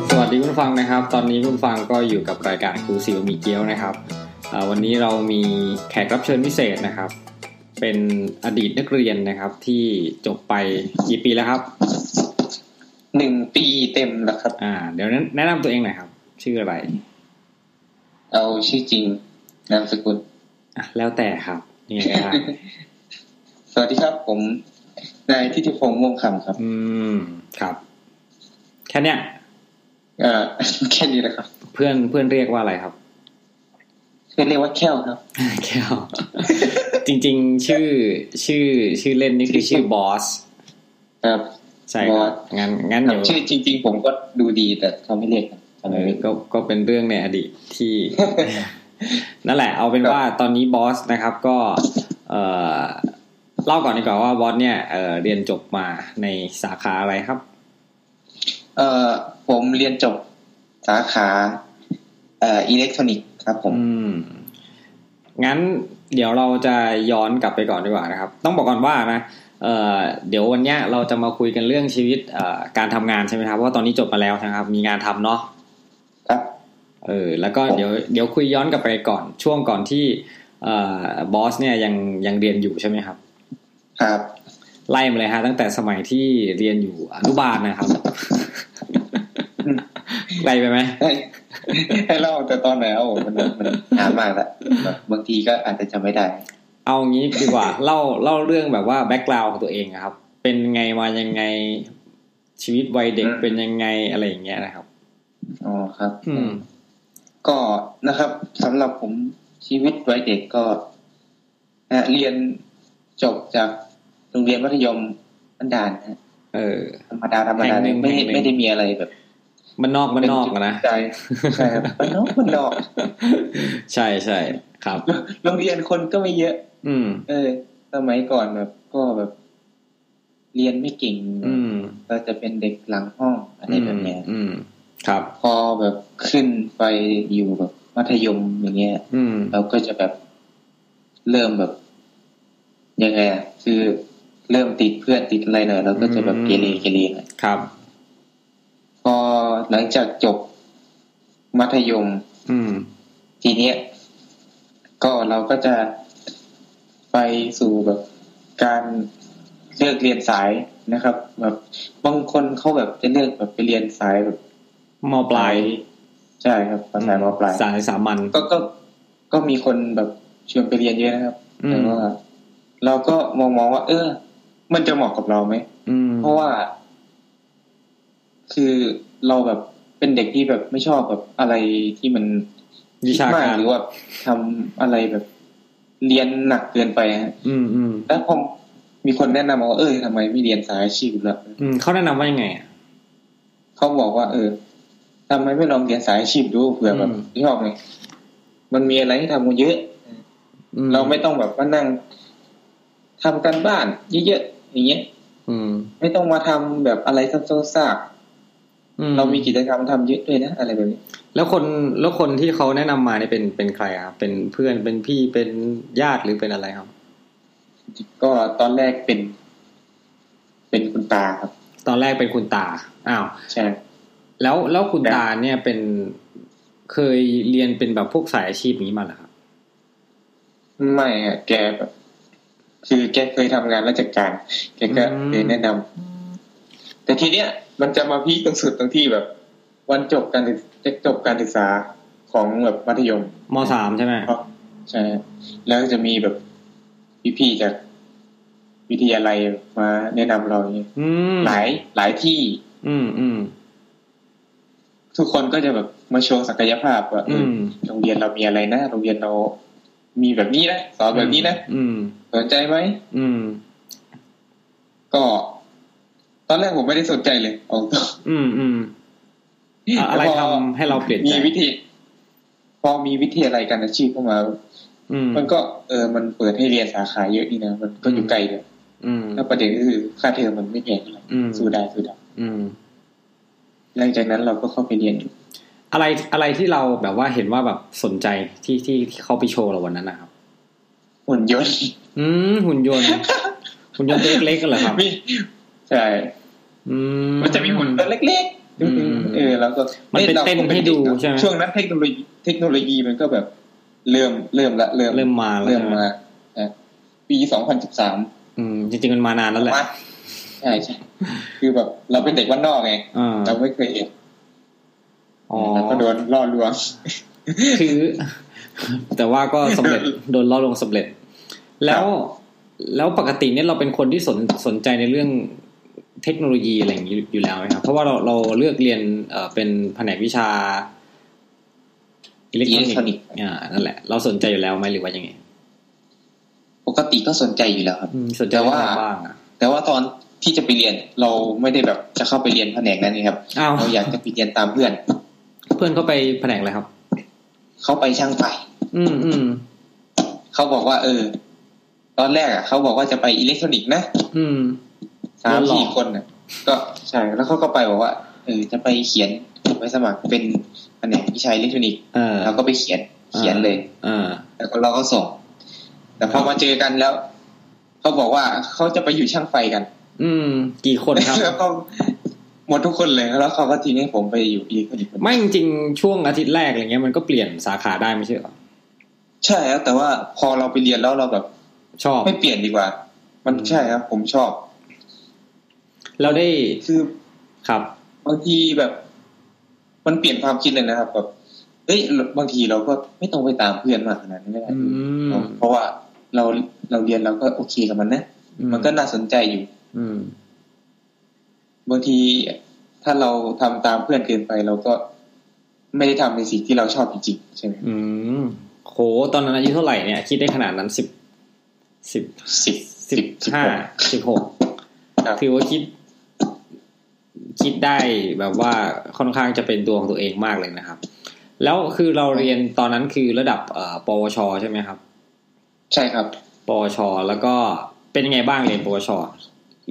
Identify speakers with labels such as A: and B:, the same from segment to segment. A: งนะครับ ตอนนี้คุณฟังก็อยู่กับรายการครูซิวมีเกียวนะครับอ่าวันนี้เรามีแขกรับเชิญพิเศษนะครับ เป็นอดีตนักเรียนนะครับ ที่จบไปกี่ปีแล้วครับ
B: หนึ่งปีเต็มแล้วครับ
A: อ่า เดี๋ยวแนะนำตัวเองหน่อยครับ ชื่ออะไร
B: เอาชื่อจริงนามสกุล
A: อ่ะแล้วแต่ครับนี่ก็ ได้
B: สวัสดีครับผมนายทิติพงษ์ม่วงคำครับ
A: อืมครับ แค่เนี้ย
B: เอ่อ แค่นี้แหละครับ
A: เพื่อนเพื่อนเรียกว่าอะไรครับ
B: คือเรียกว่าแค่วครับ
A: แก้ว จริงๆ ชื่อชื่อชื่อเล่นนี่คือชื่อบอส
B: ครับ
A: ใช่ครับ
B: บอส
A: งั้นงั้น
B: ครั
A: เดี๋
B: บ
A: ยว
B: ชื่อจริง ๆ ผมก็ดูดีแต่เขาไม่เรียกครับทำไม
A: เออ
B: ไม่
A: ก็ก็เป็นเรื่องในอดีตที่ นั่นแหละ เอาเป็นว่าตอนนี้บอสนะครับก็เออเล่าก่อนดีกว่าว่าบอสเนี่ยเออเรียนจบมาในสาขาอะไรครับ
B: เอ่อผมเรียนจบสาขาเอ่ออิเล็กทรอนิกส์ครับ ผม
A: อืม งั้นเดี๋ยวเราจะย้อนกลับไปก่อนดีกว่านะครับ ต้องบอกก่อนว่านะเอ่อเดี๋ยววันเนี้ยเราจะมาคุยกันเรื่องชีวิตเอ่อการทำงานใช่ไหมครับเพราะว่าตอนนี้จบมาแล้วนะครับ มีงานทำเนาะ
B: ครับ
A: เออแล้วก็เดี๋ยวเดี๋ยวคุยย้อนกลับไปก่อนช่วงก่อนที่เอ่อบอสเนี่ยยังยังเรียนอยู่ใช่ไหมครับ
B: ครับ
A: ไล่มาเลยฮะตั้งแต่สมัยที่เรียนอยู่อนุบาลนะครับ ไกลไปไหม
B: ให้ให้เล่าแต่ตอนไหนเอาผมมันมันนานมากแล้วบางทีก็อาจจะจำไม่ได้
A: เอางี้ดีกว่า เล่าเล่าเรื่องแบบว่าแบ็กกราวของตัวเองอะครับ เป็นไงมายังไงชีวิตวัยเด็ก
B: อืม
A: เป็นยังไงอะไรอย่างเงี้ยนะครับ
B: อ๋อครับ
A: อืม
B: ก็นะครับสำหรับผมชีวิตวัยเด็กก็นะเรียนจบจากโรงเรียนมัธยมบันดาลนะฮะ
A: เออ
B: ธรรมดาธรรมดา
A: แห่งหนึ่ง
B: ไม่ไม่
A: แห่งหนึ่ง
B: ไม่ได้มีอะไรแบบ
A: มันนอกมันนอกอะนะ
B: ใจใช่ครับมันนอกมันนอก
A: ใช่ใช่ครับ
B: โรงเรียนคนก็ไม่เยอะ
A: อืม
B: เออ สมัยก่อนแบบ ก็แบบ เรียนไม่เก่ง
A: อืม
B: ก็จะเป็นเด็กหลังห้องอะไร
A: อืม
B: แบบเนี้ย
A: อืม ครับ
B: พอแบบขึ้นไปอยู่แบบมัธยมอย่างเงี้ย
A: อืม
B: เราก็จะแบบเริ่มแบบยังไงอะคือเริ่มติดเพื่อนติดอะไรหน่อยเราก็จะแบบ
A: อืม
B: เกเรเกเรหน่อย
A: ครับ
B: พอหลังจากจบมัธยม
A: อืม
B: ทีเนี้ย ก็เราก็จะไปสู่แบบการเลือกเรียนสายนะครับ แบบบางคนเขาแบบจะเลือกแบบไปเรียนสายแบบ
A: มปลาย
B: ใช่ครับสายมปลาย
A: สายสามัญ
B: ก็ก็ก็มีคนแบบชวนไปเรียนเยอะนะครับ
A: อื
B: แต่
A: ม
B: ว่าเราก็มองมองว่า เออ มันจะเหมาะกับเราไหม
A: อืม
B: เพราะว่า คือเราแบบเป็นเด็กที่แบบไม่ชอบแบบอะไรที่มัน
A: วิชา
B: คิดม
A: การ
B: หรือว่าทำอะไรแบบ เรียนหนักเกินไปฮะ
A: อืมอืม
B: แล้วพอมีคนแนะนำมาว่าเออทำไมไม่เรียนสายอาชีพล่ะ
A: อืมเขาแนะนำว่ายังไงอะ
B: เขาบอกว่า เออทำไมไม่ลองเรียนสายอาชีพดูเผื่อแบบ
A: อืม
B: ชอบไงมันมีอะไรให้ทำกันเยอะ
A: อื
B: เราไม่ต้องแบบว่านั่งทำกันบ้านเยอะๆอย่างเงี้ย
A: อืม
B: ไม่ต้องมาทำแบบอะไรซ้ำๆซาก
A: อื
B: ๆเรามีกิจกรรมทำเยอะด้วยนะ อะไรแบบนี้
A: แล้วคนแล้วคนที่เขาแนะนำมาเนี่ยเป็นเป็นใครอะครับเป็นเพื่อนเป็นพี่เป็นญาติหรือเป็นอะไรครับ
B: ก็ตอนแรกเป็น เป็นคุณตาครับ
A: ตอนแรกเป็นคุณตาอ้าว
B: ใช่
A: แล้วแล้วคุณ
B: ครับ
A: ตาเนี่ยเป็นเคยเรียนเป็นแบบพวกสายอาชีพนี้มาเหรอครับ
B: ไม่ฮะแกแบบคือแกเคยทำงานราชการ แกก็เคยแนะนำแต่ทีเนี้ยมันจะมาพีคตรงสุดตรงที่แบบ วันจบการศึกจะจบการศึกษาของแบบมัธยม
A: มสามใช่ไหม
B: ครับ ใช่ฮะแล้วจะมีแบบพี่ๆจากวิทยาลัยมาแนะนำเราอย่างเงี้ย
A: อืม
B: หลายหลายที่
A: อืมอืม
B: ทุกคนก็จะแบบมาโชว์ศักยภาพว่าเอ
A: อื
B: อ
A: ม
B: โรงเรียนเรามีอะไรนะโรงเรียนเรา มีแบบนี้นะสอนแบบนี้นะ
A: อืม
B: สนใจไหม
A: อืม
B: ก็ ตอนแรกผมไม่ได้สนใจเลยเออกตัว
A: อืมอืมอ่ะอะไร
B: แล้วพ
A: ทำให้เราเปลี่ยนใจ
B: มีวิธีพอมีวิทยาลัยการอาชีพเข้ามา
A: อืม
B: มันก็เออมันเปิดให้เรียนสาขาเยอะนี่นะมันก็อยู่
A: อืม
B: ไกลเลย
A: อืม
B: แล้วประเด็นก็คือค่าเทอมมันไม่แพงเท่าไหร่
A: อืม
B: สู้ได้สู้ได้
A: อืม
B: หลังจากนั้นเราก็เข้าไปเรียน
A: อะไรอะไรที่เราแบบว่าเห็นว่าแบบสนใจที่ที่ที่เขาไปโชว์เราวันนั้นนะครับ
B: หุ่นยนต์
A: อืมหุ่นยนต์ หุ่นยนต์ตัว เล็กๆกันเหรอครับ
B: มีใช่
A: อื
B: มันจะมีหุ่นตัวเล็ก
A: อืม
B: ๆ เออ แล้วก็
A: มันเป็น
B: อ้ยรา
A: เต้น
B: ก็
A: ให้ดู
B: เกเนอะ
A: ใช่ไหม
B: ช่วงนั้นเทคโนโลยีเทคโนโลยีมันก็แบบ เริ่มเริ่มละเริ่ม
A: เริ่มมาแล้ว
B: เริ่ม
A: ใช่ไหม
B: มาอ่ะปีสองพันสิบสาม
A: อืมจริงๆมันมานานแล้วแหละ
B: ใช่ใช่คือแบบเราเป็นเด็กบ้านนอกไง
A: อ่า
B: เราไม่เคยเห็น
A: อ๋อ
B: เราก็โดนล่อลวง
A: คือ แต่ว่าก็สำ เร็จโดนล่อลวงสำเร็จ แล้วแล้วปกติเนี่ยเราเป็นคนที่สนสนใจในเรื่องเทคโนโลยีอะไรอย่างนี้อยู่แล้วไหมครับ เพราะว่าเราเราเลือกเรียนเอ่อเป็นแผนกวิชาอิเล็กทรอ
B: อิเล็กทรอนิ
A: นิ
B: ก
A: ก
B: ส์
A: ส์อ่านั่นแหละ เราสนใจอยู่แล้วไหมหรือว่ายังไง
B: ปกติก็สนใจอยู่แล้วครับ
A: อืมสนใจ
B: แต่ว่า
A: อะไรบ้างอ่ะ
B: แต่ว่าตอนที่จะไปเรียนเราไม่ได้แบบจะเข้าไปเรียนแผนกนั้นนี่ครับ
A: อ้าว
B: เราอยากจะไปเรียนตามเพื่อน
A: เพื่อนเขาไปแผนกอะไรครับ
B: เขาไปช่างไฟ
A: อืมอืม
B: เขาบอกว่า เออ ตอนแรกอ่ะเขาบอกว่าจะไปอิเล็กทรอนิกส์นะ
A: อืม
B: สาม
A: โดนหลอก
B: สี่คนน่ะ ก็ใช่แล้วเขาก็ไปบอกว่าเออจะไปเขียนไปสมัครเป็นแผนกวิชาอิเล็กทรอนิกส์
A: เออ
B: เราก็ไปเขียนเขียนเลย
A: เออ
B: แล้วก็เราก็ส่ง แต่พอมาเจอกันแล้ว เขาบอกว่าเขาจะไปอยู่ช่างไฟกัน
A: อืม กี่คน ครับ
B: แล้วก็หมดทุกคนเลย แล้วเขาก็ทิ้งให้ผมไปอยู่อีกคนอีกคน
A: ไม่จริงๆช่วงอาทิตย์แรกอะไรเงี้ยมันก็เปลี่ยนสาขาได้ไม่ใช่เหรอ
B: ใช่ครับแต่ว่าพอเราไปเรียนแล้วเราแบบ
A: ชอบ
B: ไม่เปลี่ยนดีกว่า มัน
A: อืม
B: ใช่ครับ ผมชอบ
A: เราได้
B: คือ
A: ครับ
B: บางทีแบบ มันเปลี่ยนความคิดเลยนะครับ แบบเอ้ยบางทีเราก็ไม่ต้องไปตามเพื่อนมากขนาดนั้นก็ได้
A: อืม
B: เพราะว่าเราเราเรียนเราก็โอเคกับมันนะมันก็น่าสนใจอยู่
A: อืม
B: บางทีถ้าเราทำตามเพื่อนเกินไปเราก็ไม่ได้ทำในสิ่งที่เราชอบจริงๆใช่ไหม
A: อืมโหตอนนั้นอายุเท่าไหร่เนี่ย คิดได้ขนาดนั้นสิบสิบ
B: สิบ
A: สิบห้าสิบหก
B: ครับ
A: ถือว่าคิด คิดได้แบบว่าค่อนข้างจะเป็นตัวของตัวเองมากเลยนะครับ แล้วคือเราเรียนตอนนั้นคือระดับเอ่อปวช ใช่ไหมครับ
B: ใช่ครับ
A: ปวช แล้วก็เป็นยังไงบ้างเรียนปวช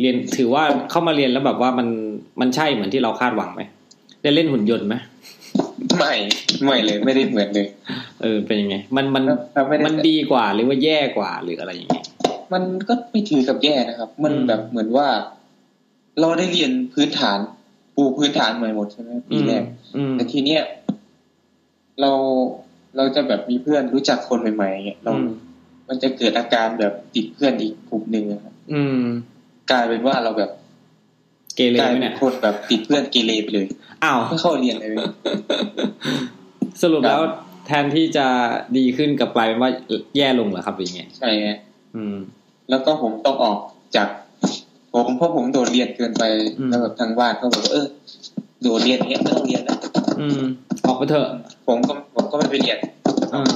A: เรียนถือว่าเข้ามาเรียนแล้วแบบว่ามันมันใช่เหมือนที่เราคาดหวังไหมได้เล่นหุ่นยนต์ไหม
B: ไม่ไม่เลยไม่ได้เหมือนเลย
A: เออเป็นยังไง มันมัน
B: ถ้าไม่ได้
A: มันดีกว่าหรือว่าแย่กว่าหรืออะไรอย่างเงี้ย
B: มันก็ไม่ถือกับแย่นะครับ มัน
A: อืม
B: แบบเหมือนว่า เราได้เรียนพื้นฐานปูพื้นฐานใหม่หมดใช่ไหมปีแรก
A: อืม
B: แต่ทีเนี้ยเราเราจะแบบมีเพื่อนรู้จักคนใหม่ๆอย่างเงี้ยเรา
A: อืม
B: มันจะเกิดอาการแบบติดเพื่อนอีกกลุ่มหนึ่งอะครับ
A: อืม
B: กลายเป็นว่าเราแบบ
A: เกเร
B: กลาย
A: ไหม
B: เป็
A: เนี่
B: น
A: ย
B: คนแบบติดเพื่อนเกเรไปเลย
A: อ้าว
B: ไม่เข้าเรียนเลย
A: สรุป
B: ครับ
A: แล้วแทนที่จะดีขึ้นกลับกลายเป็นว่าแย่ลงเหรอครับหรือยังไง
B: ใช่ไง
A: อืม
B: แล้วก็ผมต้องออกจากผมเพราะผมโดดเรียนเกินไป
A: อืม
B: แล้วแบบทางบ้านก็บอกว่าเออโดดเรียนเนี้ยไม่ต้องเรียนนะ
A: อืม ออกไปเถอะ
B: ผมก็ผมก็ไม่ไปเรียน
A: อ่า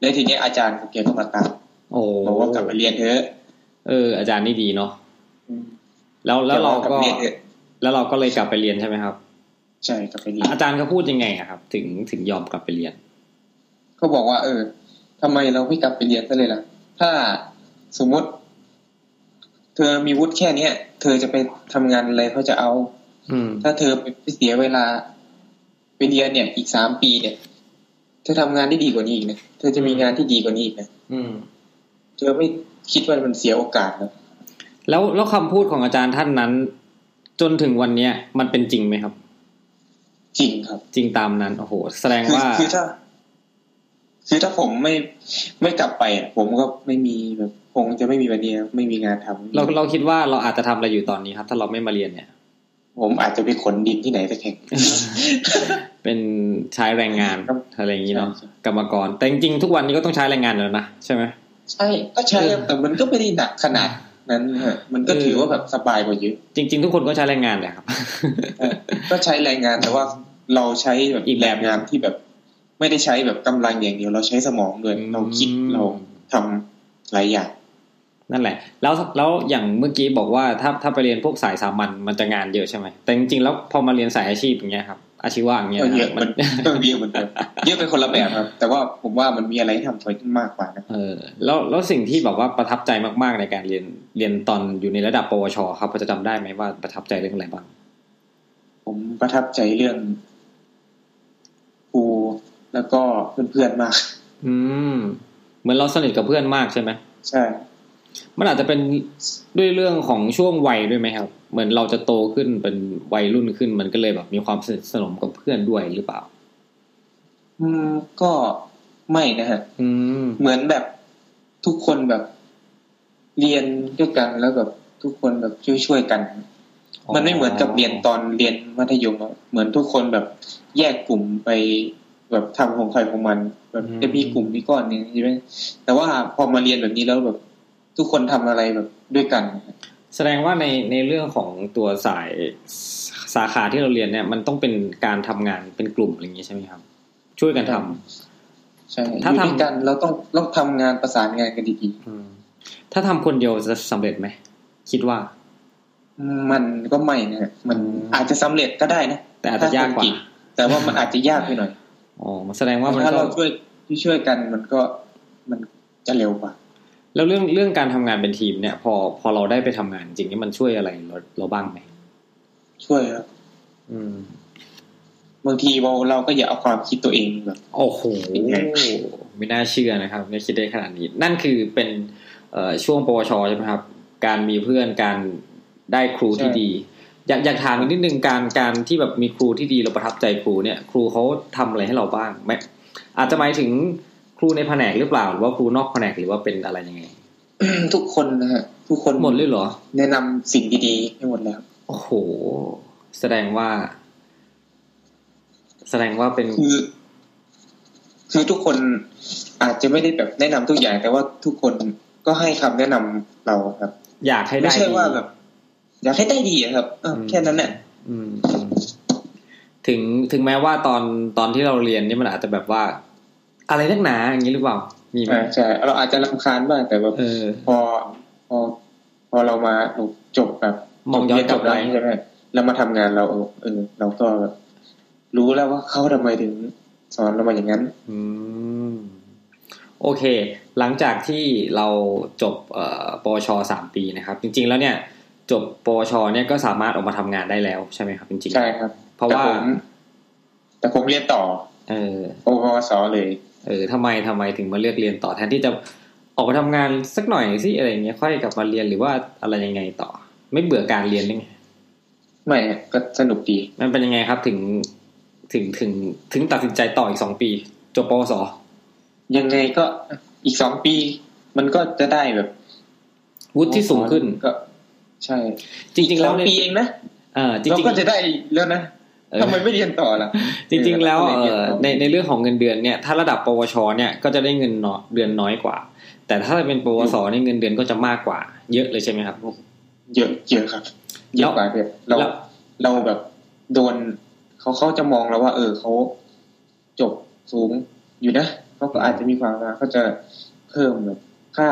B: แล้วทีเนี้ยอาจารย์ของแกก็มาตาม
A: โอ้
B: บอกว่ากลับไปเรียนเถอะ
A: เออ อาจารย์นี่ดีเนาะแล้วแล้ว
B: แก
A: เรา
B: ว่กลับ
A: ก็
B: ไปเรียนเถอะ
A: แล้วเราก็เลยกลับไปเรียนใช่ไหมครับ
B: ใช่กลับไปเรียน
A: อาจารย์เขาพูดยังไงอะครับ ถึงถึงยอมกลับไปเรียน
B: เขาบอกว่า เออทำไมเราไม่กลับไปเรียนซะเลยล่ะ ถ้าสมมติ เธอมีวุฒิแค่เนี้ย เธอจะไปทำงานอะไรเขาจะเอา
A: อืม
B: ถ้าเธอไปเสียเวลาไปเรียนเนี่ยอีกสามปีเนี่ย เธอทำงานได้ดีกว่านี้อีกนะเธอจะมีงานที่ดีกว่านี้อีกนะ
A: อืม
B: เธอไม่คิดว่ามันเสียโอกาสนะ
A: แล้วแล้วคำพูดของอาจารย์ท่านนั้น จนถึงวันเนี้ย มันเป็นจริงไหมครับ
B: จริงครับ
A: จริงตามนั้นโอ้โห แสดง
B: คือ
A: ว่า
B: คือถ้า คือถ้าผมไม่ไม่กลับไปอ่ะผมก็ไม่มีแบบคงจะไม่มีวันนี้นะไม่มีงานทำ
A: เราเราคิดว่าเราอาจจะทำอะไรอยู่ตอนนี้ครับ ถ้าเราไม่มาเรียนเนี่ย
B: ผมอาจจะไปขนดินที่ไหนสักแห่ง
A: เป็นใช้แรงงาน
B: ครับ
A: อะไรอย่างนี้เนาะ
B: ใช่
A: กรรมกรแต่จริงๆทุกวันนี้ก็ต้องใช้แรงงานอยู่แล้วนะใช่ไหม
B: ใช่ก็ใช่ครับแต่มันก็ไม่ได้หนักขนาดนั้นฮะมันก็
A: เออ
B: ถือว่าแบบสบายกว่าเยอะ
A: จริง ๆ ทุกคนก็ใช้แรงงานแหละครับ
B: ก็ใช้แรงงานแต่ว่าเราใช้แบบ
A: อีกแบบ
B: แรงงานที่แบบ ไม่ได้ใช้แบบกำลังอย่างเดียว เราใช้สมองด้วยเราคิดเรา ทำหลายอย่าง
A: นั่นแหละ แล้วแล้วอย่างเมื่อกี้บอกว่าถ้าถ้าไปเรียนพวกสายสามัญมันจะงานเยอะใช่ไหมแต่จริงๆแล้วพอมาเรียนสายอาชีพอย่างเงี้ยครับอาชีวะอย่างเงี้ย
B: ก็เยอะ
A: นะครับ
B: มัน ก็เยอะเหมือนกันเยอะเป็นคนละแบบครับ แต่ว่าผมว่ามันมีอะไรให้ทำคนมากกว่านะ
A: เออแล้วแล้วสิ่งที่แบบว่าประทับใจมากๆในการเรียนเรียนตอนอยู่ในระดับปวช ครับพอจะจำได้ไหมว่าประทับใจเรื่องอะไรบ้าง
B: ผมประทับใจเรื่องครูแล้วก็เพื่อนๆมาก
A: อืม เหมือนเราสนิทกับเพื่อนมากใช่ไหม
B: ใช่
A: มันอาจจะเป็นด้วยเรื่องของช่วงวัยด้วยไหมครับ เหมือนเราจะโตขึ้นเป็นวัยรุ่นขึ้น มันก็เลยแบบมีความสนิทสนมกับเพื่อนด้วยหรือเปล่า
B: อืมก็ไม่นะฮะ
A: อืม
B: เหมือนแบบทุกคนแบบเรียนด้วยกันแล้วแบบทุกคนแบบช่วยๆกัน
A: อ๋อ
B: มันไม่เหมือนกับเรียนตอนเรียนมัธยมอะเหมือนทุกคนแบบแยกกลุ่มไปแบบทำของใครของมัน แบบ
A: อืม
B: จะมีกลุ่มนี้ก้อนหนึงใช่ไหมแต่ว่าพอมาเรียนแบบนี้แล้วแบบ ทุกคนทำอะไรแบบด้วยกัน
A: แสดงว่าในในเรื่องของตัวสายสาขาที่เราเรียนเนี่ย มันต้องเป็นการทำงานเป็นกลุ่มอะไรอย่างนี้ใช่ไหมครับ ช่วยกันทำ
B: ใช่อ
A: ถ้า
B: ยู่
A: ทำ
B: ด้วยกันเราต้องต้องทำงานประสานงานกันดี
A: อืม ถ้าทำคนเดียวจะสำเร็จไหมคิดว่า
B: ๆมันก็ไม่นะฮะมัน
A: อืม
B: อาจจะสำเร็จก็ได้นะ
A: แต่อาจจะยากกว่า
B: ถ้คนเงแต่ว่ามันอาจจะยากไปหน่อย
A: อ๋อแสดงว่ามัน
B: ถ้า
A: ก็
B: เราช่วยที่ช่วยกันมันก็มันจะเร็วกว่า
A: แล้วเรื่องเรื่องการทำงานเป็นทีมเนี่ย พอพอเราได้ไปทำงานจริงนี่มันช่วยอะไรเราเราบ้างไหม
B: ช่วยครับ
A: อืม
B: บางทีเราเราก็อย่าเอาความคิดตัวเองแบบ
A: โอ้โห
B: เป็นไง
A: ไม่น่าเชื่อนะครับ ไม่คิดได้ขนาดนี้ นั่นคือเป็นเอ่อช่วงปวชใช่ไหมครับ การมีเพื่อนการได้ครูที่ดี อยากอยากถามนิดนึงการการที่แบบมีครูที่ดีเราประทับใจครูเนี่ย ครูเขาทำอะไรให้เราบ้างไม่อาจจะหมายถึงครูในแผนกหรือเปล่าหรือว่าครูนอกแผนกหรือว่าเป็นอะไรยังไง
B: ทุกคนนะฮะทุกคน
A: หมดเลยเหรอ
B: แนะนำสิ่งดีๆให้หมดแล้ว
A: โอ้โห แสดงว่า แสดงว่าเป็น
B: คือ คือทุกคนอาจจะไม่ได้แบบแนะนำทุกอย่าง แต่ว่าทุกคนก็ให้คำแนะนำเราครับ
A: อยากให้ได้
B: ไม่ใช่ว่า
A: ดี
B: แบบ อยากให้ได้ดีอะครับเออแค่นั้นแหละ
A: อืมอืมถึงถึงแม้ว่าตอนตอนที่เราเรียนนี่มันอาจจะแบบว่า อะไรนักหนาอย่างนี้หรือเปล่า มีไหม
B: อ่าใช่เราอาจจะรำคาญบ้างแต่แบบ
A: เออ
B: พอพอ พอเรามาจบแบบ
A: มองย้อนกลับไป
B: เรีนจบแล้วใช่ไหมแล้วมาทำงานเราเออเออเราก็แบบรู้แล้วว่าเขาทำไมถึงสอนเรามาอย่างนั้น
A: อืม โอเค หลังจากที่เราจบเอ่อปวชสามปีนะครับ จริง ๆ แล้วเนี่ย จบปวชเนี่ยก็สามารถออกมาทำงานได้แล้วใช่ไหมครับ จริงๆ
B: ใช่ครับ
A: เพราะว่า
B: แต่ผมแต่ผมเรียนต่อ
A: เออ
B: โอพสเลย
A: เออทำไมทำไมถึงมาเลือกเรียนต่อแทนที่จะออกมาทำงานสักหน่อยสิอะไรอย่างเงี้ยค่อยกลับมาเรียนหรือว่าอะไรยังไงต่อ ไม่เบื่อการเรียนหรือไง
B: ไม่ฮะก็สนุกดี
A: มันเป็นยังไงครับถึงถึงถึงถึงตัดสินใจต่ออีกสองปีจบปวส
B: ยังไงก็อีกสองปี มันก็จะได้แบบ
A: วุฒิที่สูงขึ้น
B: ก็ ใช่
A: จริง ๆ
B: ส
A: แล้
B: อ
A: ว
B: ง
A: เนี่ย
B: ปีเองนะ
A: เออจ
B: เรา
A: ริง
B: ก็จะได้แล้วนะ
A: ๆเออ
B: ทำไมไม่เรียนต่อล่ะ
A: จริง ๆ แล้ว
B: ก็
A: เอ
B: เรียน
A: อ
B: ต่อ
A: ในในเรื่องของเงินเดือนเนี่ยถ้าระดับปวชเนี่ยก็จะได้เงินเนาะเดือนน้อยกว่า แต่ถ้าเป็นปวสเนี่ยเงินเดือนก็จะมากกว่า เยอะเลยใช่ไหมครับ
B: เยอะเยอะครับเยอะกว่าเยอะเรา
A: แล้ว
B: เราแบบโดนเขาเขาจะมองเราว่า เออเขาจบสูงอยู่นะเขาก็อาจจะมีความว่าเขาจะเพิ่มแบบค่า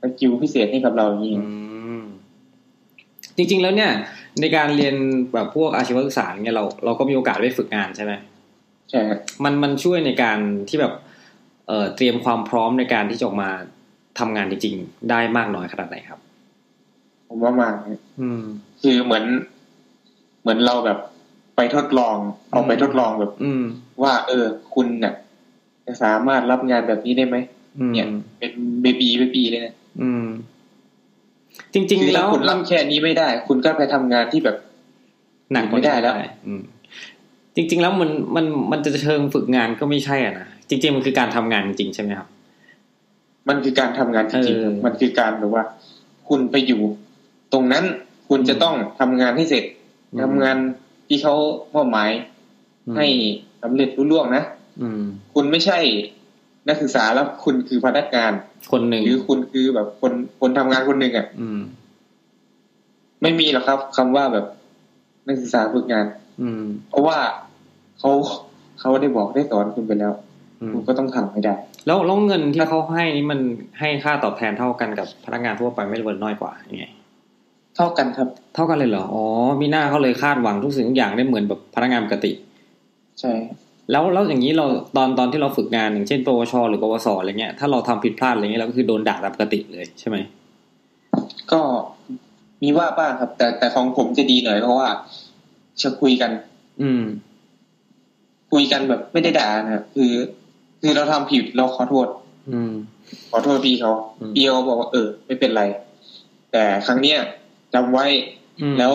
B: สกิลพิเศษให้กับเราอย่างนี้
A: อืมจริง ๆ แล้วเนี่ย ในการเรียนแบบพวกอาชีวศึกษาเนี่ยเราเราก็มีโอกาสได้ฝึกงานใช่ไหม
B: ใช่ครับ
A: มันมันช่วยในการที่แบบเอ่อเตรียมความพร้อมในการที่จะออกมาทำงานจริงๆ ได้มากน้อยขนาดไหนครับ
B: ผมว่ามานะ
A: อืม
B: คือเหมือน เหมือนเราแบบไปทดลอง เอาไปทดลองแบบ
A: อืม
B: ว่า เออ คุณเนี่ยจะสามารถรับงานแบบนี้ได้ไหม
A: อืม
B: เนี่ย เป็นเบบีเบบีเลยนะ
A: อืม จริง
B: คื
A: ๆ
B: อ
A: แล้
B: ถ้าวคุณรับแค่นี้ไม่ได้ คุณก็ไปทำงานที่แบบ
A: หนักกว่า
B: ไม่ได้แล้ว
A: อืม จริง ๆ แล้วมันมันมันจะเชิงฝึกงานก็ไม่ใช่อ่ะนะจริง ๆ มันคือการทำงานจริงๆใช่ไหมครับ
B: มันคือการทำงานจริง
A: เออ
B: ๆมันคือการแบบว่า คุณไปอยู่ ตรงนั้นคุณจะต้องทำงานให้เสร็จทำงานที่เขามอบหมายให้สำเร็จรุ่ล่วงนะ
A: อืม
B: คุณไม่ใช่นักศึกษาแล้วคุณคือพนักงาน
A: คนหนึ่ง
B: หรือคุณคือแบบคนคนทำงานคนหนึ่งอ่ะ
A: อืม
B: ไม่มีหรอกครับคำว่าแบบนักศึกษาฝึกงาน
A: อืม
B: เพราะว่าเขาเขาได้บอกได้สอนคุณไปแล้ว
A: อืม
B: คุณก็ต้องทำให้ได้
A: แล้วแล้วเงินที่เขาให้นี่มันให้ค่าตอบแทนเท่ากันกับพนักงานทั่วไปไม่หรือว่าน้อยกว่ายังไง
B: เท่ากันครับ
A: เท่ากันเลยเหรอ อ๋อ มีหน้าเขาเลยคาดหวังทุกสิ่งทุกอย่างได้เหมือนแบบพนักงานปกติ
B: ใช่
A: แล้วแล้วอย่างนี้เราตอนตอนที่เราฝึกงานอย่างเช่นปวช หรือปวสอะไรเงี้ย ถ้าเราทำผิดพลาดอะไรเงี้ยเราก็คือโดนด่าตามปกติเลยใช่ไหม
B: ก็มีว่าบ้างครับ แต่แต่ของผมจะดีหน่อยเพราะว่าจะคุยกัน
A: อืม
B: คุยกันแบบไม่ได้ด่านะครับคือ คือเราทำผิดเราขอโทษ
A: อืม
B: ขอโทษพี่เขา
A: อืม
B: พี่เขาบอกว่าเออ ไม่เป็นไร แต่ครั้งเนี้ยจำไว้
A: อืม
B: แล้ว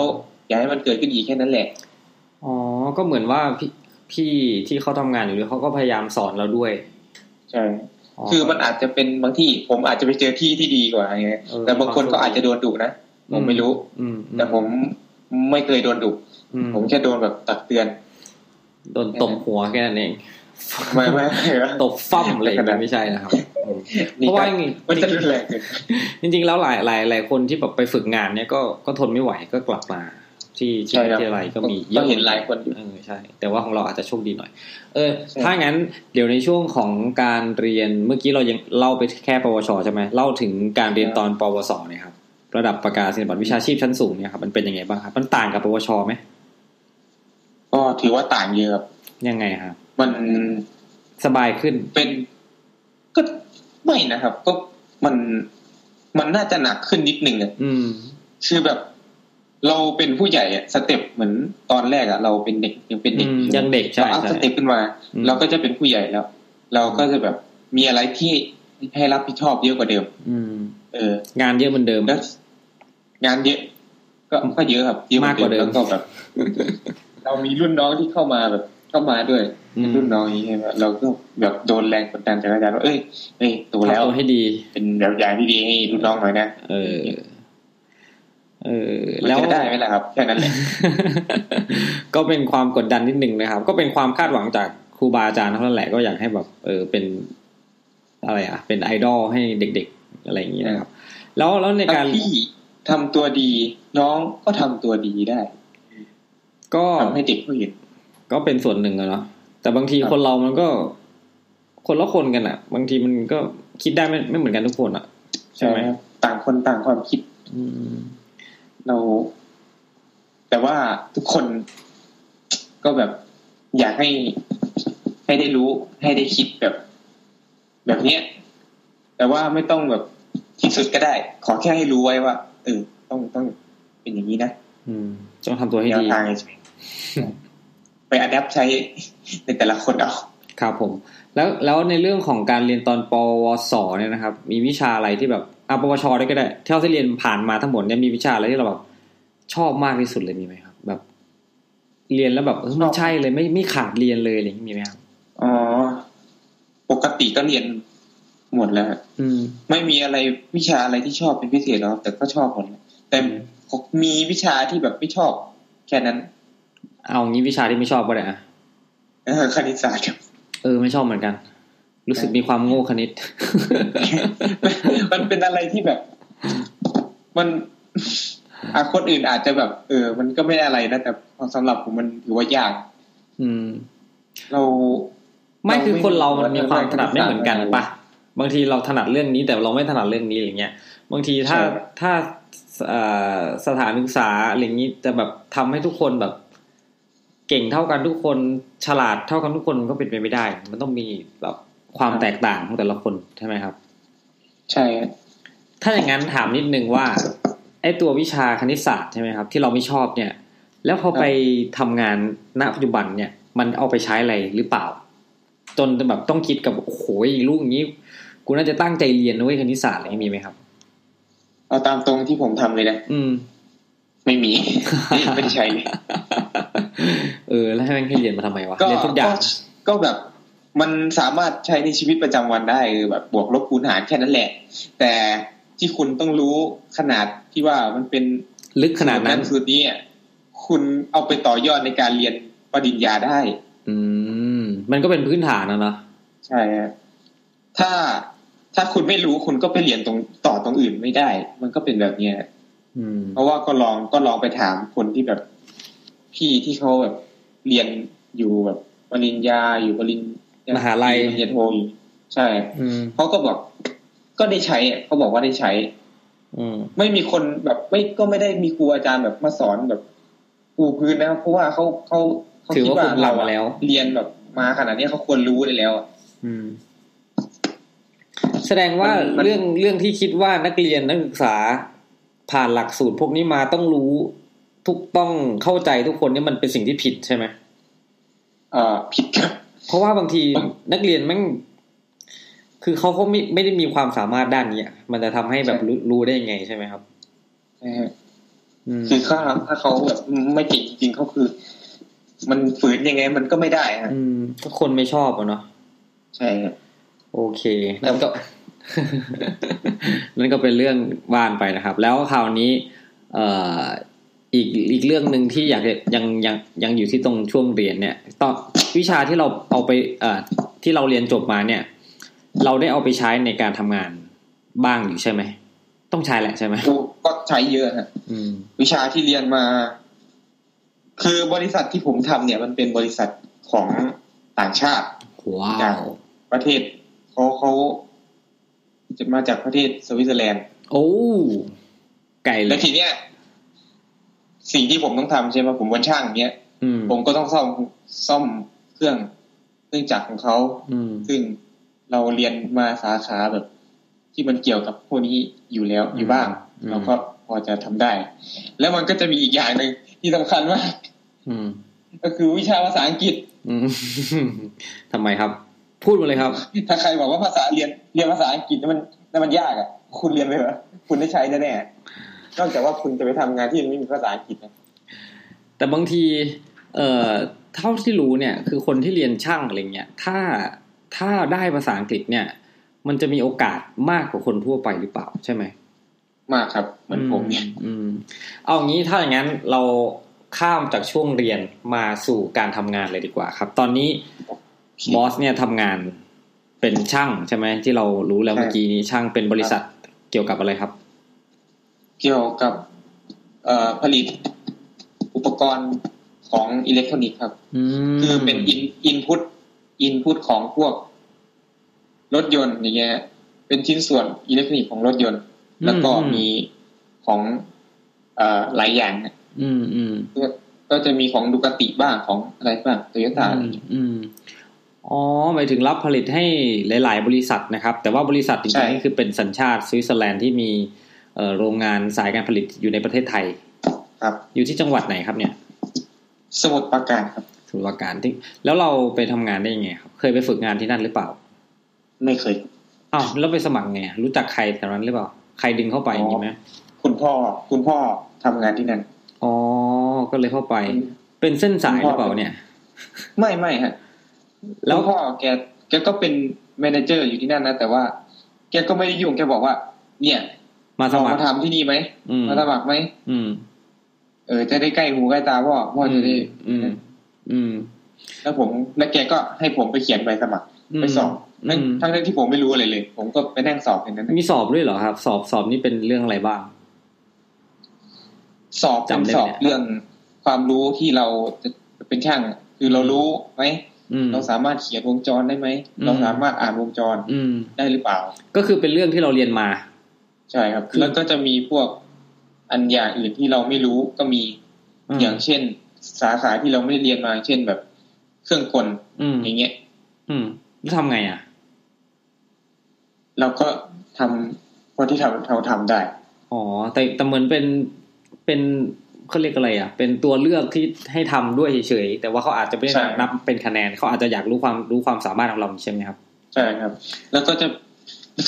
B: อย่าให้มันเกิดขึ้นอีกแค่นั้นแหละ
A: อ๋อก็เหมือนว่าพี่พี่ที่เขาทำงานอยู่ด้วยเขาก็พยายามสอนเราด้วย
B: ใช่ คือมันอาจจะเป็นบางที่ผมอาจจะไปเจอที่ที่ดีกว่าไง
A: เออ
B: แต่บางคนก็อาจจะโดนดุนะผมไม่รู้
A: อืม
B: แต่ผมไม่เคยโดนดุ
A: อืม
B: ผมแค่โดนแบบตักเตือน
A: โดนตบหัวแค่นั้นเอง
B: ไม่ไม่
A: ตบฟั่มเลยไม่ใช่นะครับอืมเพ
B: นี่
A: ราะ
B: ก็
A: ว่าอย่างงี้
B: มันจะรุนแรงเกิน
A: จริงๆแล้วหลายหลายหลายคนที่แบบไปฝึกงานเนี่ยก็ก็ทนไม่ไหวก็กลับมา ที่ที่
B: ใช่ครับ
A: ที่อะไรก็มีย
B: ก็
A: อะ
B: เห็นหลายคนอยู่
A: เออใช่ แต่ว่าของเราอาจจะโชคดีหน่อย เออ
B: ใช่
A: ถ้างั้นเดี๋ยวในช่วงของการเรียนเมื่อกี้เรายังเล่าไปแค่ปวชใช่ไหมเล่าถึงการเรียนตอนปวสเนี่ยครับระดับประกาศนียบัตรวิชาชีพชั้นสูงเนี่ยครับมันเป็นยังไงบ้างครับมันต่างกับปวชไหม
B: ก็ถือว่าต่างเยอะครับ
A: ยังไงครับ
B: มัน
A: สบายขึ้น
B: เป็นก็ไม่นะครับ ก็มันมันน่าจะหนักขึ้นนิดนึงอะ
A: อืม
B: คือแบบเราเป็นผู้ใหญ่อะสเต็ปเหมือนตอนแรกอะเราเป็นเด็กยังเป็นเด็ก
A: อืมยังเด็กใช่
B: เราอัพ
A: ใช่
B: สเต็ปขึ้นมา
A: อืม
B: เราก็จะเป็นผู้ใหญ่แล้ว เราก็จะแบบมีอะไรที่ให้รับผิดชอบเยอะกว่าเดิม
A: อืม
B: เออ
A: งานเยอะเหมือนเดิม
B: แล้วงานเยอะ ก็ก็เยอะครับเยอะ
A: มากกว่าเดิม
B: แล้วก็แบบ เรามีรุ่นน้องที่เข้ามาแบบเข้ามาด้วย
A: อืม
B: รุ่นน้องอย่างนี้ใช่ไหมเราก็แบบโดนแรงกดดันจากอาจารย์ว่าเอ้ยเอ้ยโตแล้ว
A: ทำตัวให้ดี
B: เป็นแบบอย่างที่ดีให้รุ่นน้องหน่อยนะ
A: เออ เออ
B: มันจะได้ไหมล่ะครับแค่นั้นแหละ
A: ก็เป็นความกดดันนิดหนึ่งนะครับ ก็เป็นความคาดหวังจากครูบาอาจารย์เท่านั้นแหละก็อยากให้แบบ เออเป็น อะไรอ่ะ เป็นไอดอลให้เด็กๆอะไรอย่างนี้นะครับ แล้วแล้วในการ
B: ถ้าพี่ทำตัวดีน้องก็ทำตัวดีได้
A: ก็
B: ทำให้เด็กผู้หญิง
A: ก็เป็นส่วนหนึ่งอะเนาะแต่บางที
B: ครับ
A: คนเรามันก็ คนละคนกันอ่ะ บางทีมันก็คิดได้ไม่ไม่เหมือนกันทุกคนอ่ะ ใช่ไหม
B: ครับต่างคนต่างความคิด
A: อืม
B: เรา แต่ว่าทุกคน ก็แบบ อยากให้ ให้ได้รู้ ให้ได้คิดแบบ แบบเนี้ย แต่ว่าไม่ต้องแบบที่สุดก็ได้ ขอแค่ให้รู้ไว้ว่าเออต้องต้องเป็นอย่างนี้นะ
A: อืมต้องทำตัวให้
B: แนว
A: ดี
B: ทางใช่ไหมไปอัดแอปใช้ในแต่ละคนเอา
A: ครับผม แล้วแล้วในเรื่องของการเรียนตอนปวสเนี่ยนะครับ มีวิชาอะไรที่แบบอาปวชด้วยก็ได้เท่าที่เรียนผ่านมาทั้งหมดเนี่ยมีวิชาอะไรที่เราแบบชอบมากที่สุดเลยมีไหมครับ แบบ เรียนแล้วแบบเออ
B: ช
A: ไม่
B: อบ
A: ใช่เลยไม่ไม่ขาดเรียนเลยอะไรอย่างนี้มีไหมครับ
B: อ๋อ ปกติก็เรียนหมดแล้วฮะ
A: อืม
B: ไม่มีอะไรวิชาอะไรที่ชอบเป็นพิเศษหรอกแต่ก็ชอบหมดแหละแต่
A: อืม
B: มีวิชาที่แบบไม่ชอบ แค่นั้น
A: เอางี้วิชาที่ไม่ชอบก็ได้อะ
B: เออคณิตศาสตร์ครับ
A: เออไม่ชอบเหมือนกัน รู้สึกมีความโง่ค ณิต
B: มันเป็นอะไรที่แบบ มันอะคนอื่นอาจจะแบบ เออ มันก็ไม่ได้อะไรนะแต่สำหรับผมมันถือว่ายาก
A: อืม
B: เรา
A: ไม่คือคนเรามันมีความถนัดไม่เหมือนกันปะบางทีเราถนัดเรื่องนี้แต่เราไม่ถนัดเรื่องนี้อะไรเงี้ยบางทีถ้าถ้าเอ่อสถานศึกษาอะไรอย่างนี้จะแบบทำให้ทุกคนแบบ เก่งเท่ากันทุกคนฉลาดเท่ากันทุกคนมันก็เป็นไปไม่ได้ มันต้องมีแบบความแตกต่างของแต่ละคนใช่ไหมครับ
B: ใช่ฮะ
A: ถ้าอย่างนั้นถามนิดนึงว่าไอ้ตัววิชาคณิตศาสตร์ใช่ไหมครับ ที่เราไม่ชอบเนี่ย แล้วพอไปทำงานณปัจจุบันเนี่ย มันเอาไปใช้อะไรหรือเปล่า จนแบบต้องคิดกับโอ้โหลูกอย่างนี้กูน่าจะตั้งใจเรียนนะเว้ยคณิตศาสตร์อะไรอย่างงี้มีไหมครับ
B: เอาตามตรงที่ผมทำเลยนะ
A: อืม
B: ไม่มี ไม่ได้ใช่เลย
A: เออ แล้วให้แม่งให้เรียนมาทำไมวะ
B: ก็
A: เรียนทุกอย่าง
B: ก็ก็แบบมันสามารถใช้ในชีวิตประจำวันได้เออแบบบวกลบคูณหารแค่นั้นแหละ แต่ที่คุณต้องรู้ขนาดที่ว่ามันเป็น
A: ลึกขนาดนั้น
B: สูตรนี้อะคุณเอาไปต่อยอดในการเรียนปริญญาได้
A: อืม มันก็เป็นพื้นฐานนะเนาะ
B: ใช่ฮะถ้าถ้าคุณไม่รู้คุณก็ไปเรียนตรงต่อตรงอื่นไม่ได้ มันก็เป็นแบบเนี้ย
A: อืม
B: เพราะว่าก็ลองก็ลองไปถามคนที่แบบพี่ที่เขาแบบเรียนอยู่แบบปริญญาอยู่ปริญญ
A: มหาลัย
B: ปริญญาโทอยู่ใช่
A: อืม
B: เขาก็บอกก็ได้ใช้อะเขาบอกว่าได้ใช้
A: อืม
B: ไม่มีคนแบบไม่ก็ไม่ได้มีครูอาจารย์แบบมาสอนแบบปูพื้นนะเพราะว่าเขาเขาเขา
A: ถือ
B: คิด
A: ว่า
B: ว่า
A: คุณ
B: เรา
A: ทำ
B: อะ
A: มาแล้ว
B: เรียนแบบมาขนาดนี้เขาควรรู้ได้แล้วอะ
A: อืม แสดงว่าม
B: น
A: เรื่องเรื่องที่คิดว่านักเรียนนักศึกษา ผ่านหลักสูตรพวกนี้มาต้องรู้ทุกต้องเข้าใจทุกคนนี่มันเป็นสิ่งที่ผิดใช่ไหม
B: เอ่อผิดครับ
A: เพราะว่าบางที
B: มัน
A: นักเรียนแม่ง ค คือเขาก็ไม่ไม่ได้มีความสามารถด้านนี้อะมันจะทำให้แบบรู้รู้ได้ยังไงใช่ไหมครับ
B: นะฮะ
A: อืม
B: คือถ้าถ้าเขาแบบไม่เก่งจริงๆเขาคือ มันฝืนยังไงมันก็ไม่ได้ฮะ
A: อืมก็คนไม่ชอบอะเนาะ
B: ใช่ครับ
A: โอเค
B: แต่
A: นั่นก็ นั่นก็เป็นเรื่องบ้านไปนะครับ แล้วคราวนี้ เอ่ออีกอีกเรื่องหนึ่งที่อยากจะยังยังยังอยู่ที่ตรงช่วงเรียนเนี่ยตอนวิชาที่เราเอาไป เอ่อที่เราเรียนจบมาเนี่ย เราได้เอาไปใช้ในการทำงานบ้างอยู่ใช่ไหมต้องใช้แหละใช่ไหม
B: กูก็ใช้เยอะฮะ
A: อืม
B: วิชาที่เรียนมา คือบริษัทที่ผมทำเนี่ย มันเป็นบริษัทของต่างชาติ
A: ว้า
B: จาก
A: ว
B: ประเทศเขาเขาจะมาจากประเทศสวิตเซอร์แลนด์
A: โอ้ไก่เล
B: แล้
A: ยว
B: ทีเนี้ยสิ่งที่ผมต้องทำใช่ไหมผมวันช่างเนี้ย
A: อืม
B: ผมก็ต้องซ่อมซ่อมเครื่องเครื่องจักรของเขา
A: อืม
B: ซึ่งเราเรียนมาสาขาแบบ ที่มันเกี่ยวกับพวกนี้อยู่แล้วอยู่บ้าง
A: อืม
B: เราก็พอจะทำได้ แล้วมันก็จะมีอีกอย่างหนึ่งที่สำคัญมาก
A: อืม
B: ก็คือวิชาภาษาอังกฤษ
A: อืม ทำไมครับ พูดมาเลยครับ
B: ถ้าใครบอกว่าภาษาเรียนเรียนภาษาอังกฤษนี่มันนี่มันยากอ่ะ คุณเรียนไปเหรอคุณได้ใช้แน่แน่ๆนอกจากว่าคุณจะไปทำงานที่มันไม่มีภาษาอังกฤษนะ
A: แต่บางที เอ่อ เท่าที่รู้เนี่ย คือคนที่เรียนช่างอะไรเงี้ย ถ้า ถ้าได้ภาษาอังกฤษเนี่ย มันจะมีโอกาสมากกว่าคนทั่วไปหรือเปล่าใช่ไหม
B: มากครับ เหมือนผมเนี่ย
A: อืม เอางี้ถ้าอย่างนั้นเราข้ามจากช่วงเรียนมาสู่การทำงานเลยดีกว่า ครับ ตอนนี้บอสเนี่ยทำงานเป็นช่างใช่ไหมที่เรารู้แล้ว
B: ใช่
A: เมื่อกี้นี้ช่างเป็นบริษัทเกี่ยวกับอะไรครับ
B: เกี่ยวกับเอ่อผลิตอุปกรณ์ของอิเล็กทรอนิกส์ครับ
A: อืม
B: คือเป็นอินอินพุตอินพุตของพวก รถยนต์อย่างเงี้ยฮะเป็นชิ้นส่วนอิเล็กทรอนิกส์ของรถยนต์ แล้วก็มีของเอ่อหลายอย่างนะ
A: อืมอืม
B: ก็จะมีของดูกาติบ้างของอะไรบ้างโตโยต้า
A: อืมอืมอ๋อ หมายถึงรับผลิตให้หลาย ๆ บริษัทนะครับ แต่ว่าบริษัทจริงๆนี่คือเป็นสัญชาติสวิตเซอร์แลนด์ที่มีเอ่อโรงงานสายการผลิตอยู่ในประเทศไทย
B: ครับ
A: อยู่ที่จังหวัดไหนครับเนี่ย
B: สมุดปราการครับ
A: สมุทรปราการที่แล้วเราไปทำงานได้ยังไงครับ เคยไปฝึกงานที่นั่นหรือเปล่า
B: ไม่เคย
A: อ้าวแล้วไปสมัครไงอะรู้จักใครแถวนั้นหรือเปล่า ใครดึงเข้าไปอย่างนี้ไหม
B: คุณพ่อ คุณพ่อทำงานที่นั่น
A: อ๋อ ก็เลยเข้าไป เป็นเส้นสายหรือเปล่าเนี่ย
B: ไม่ไม่ฮะ
A: แล้
B: แล้ว วพ่อแกแกก็เป็นแมเนเจอร์อยู่ที่นั่นนะแต่ว่า แกก็ไม่ได้ยุ่งแกบอกว่า เนี่ย
A: มาส
B: ลอง
A: มัค
B: มารทำที่นี่ไหม
A: อืม
B: มาสมัครไหม
A: อืม
B: เออจะได้ใกล้หูใกล้ตาพ่อพ่อจะได้
A: อืมอืม
B: แล้วผมแล้วแกก็ให้ผมไปเขียนใบสมัคร ไปสอบทั้ง
A: ม
B: ทั้งที่ผมไม่รู้อะไรเลย ผมก็ไปนั่งสอบอย่างนั้นนะ
A: มีสอบด้วยเหรอครับ สอบสอบนี่เป็นเรื่องอะไรบ้าง
B: สอบเป็น
A: จำได้ไหม
B: สอบเรื่องความรู้ที่เราจะเป็นช่างอะคือเรารู้ไหม
A: อืม
B: เราสามารถเขียนวงจรได้ไหม
A: อืม
B: เราสามารถอ่านวงจร
A: อืม
B: ได้หรือเปล่า
A: ก็คือเป็นเรื่องที่เราเรียนมา
B: ใช่ครับ
A: คือ
B: แล้วก็จะมีพวกอันอย่างอื่นที่เราไม่รู้ก็มี อย่างเช่น สาขาที่เราไม่ได้เรียนมา เช่นแบบ เครื่องกล
A: อืม
B: อย่างเงี้ย
A: อืมแล้วทำไงอ่ะ
B: เราก็ทำพอที่ทำเราทำได้
A: อ๋อแต่แต่เหมือนเป็นเป็นเขาเรียกอะไรอ่ะ เป็นตัวเลือกที่ให้ทำด้วยเฉยๆแต่ว่าเขาอาจจะไม่ได้
B: ใช่
A: นับเป็นคะแนนเขาอาจจะอยากรู้ความรู้ความสามารถของเราใช่ไหมครับ
B: ใช่ครับ แล้วก็จะ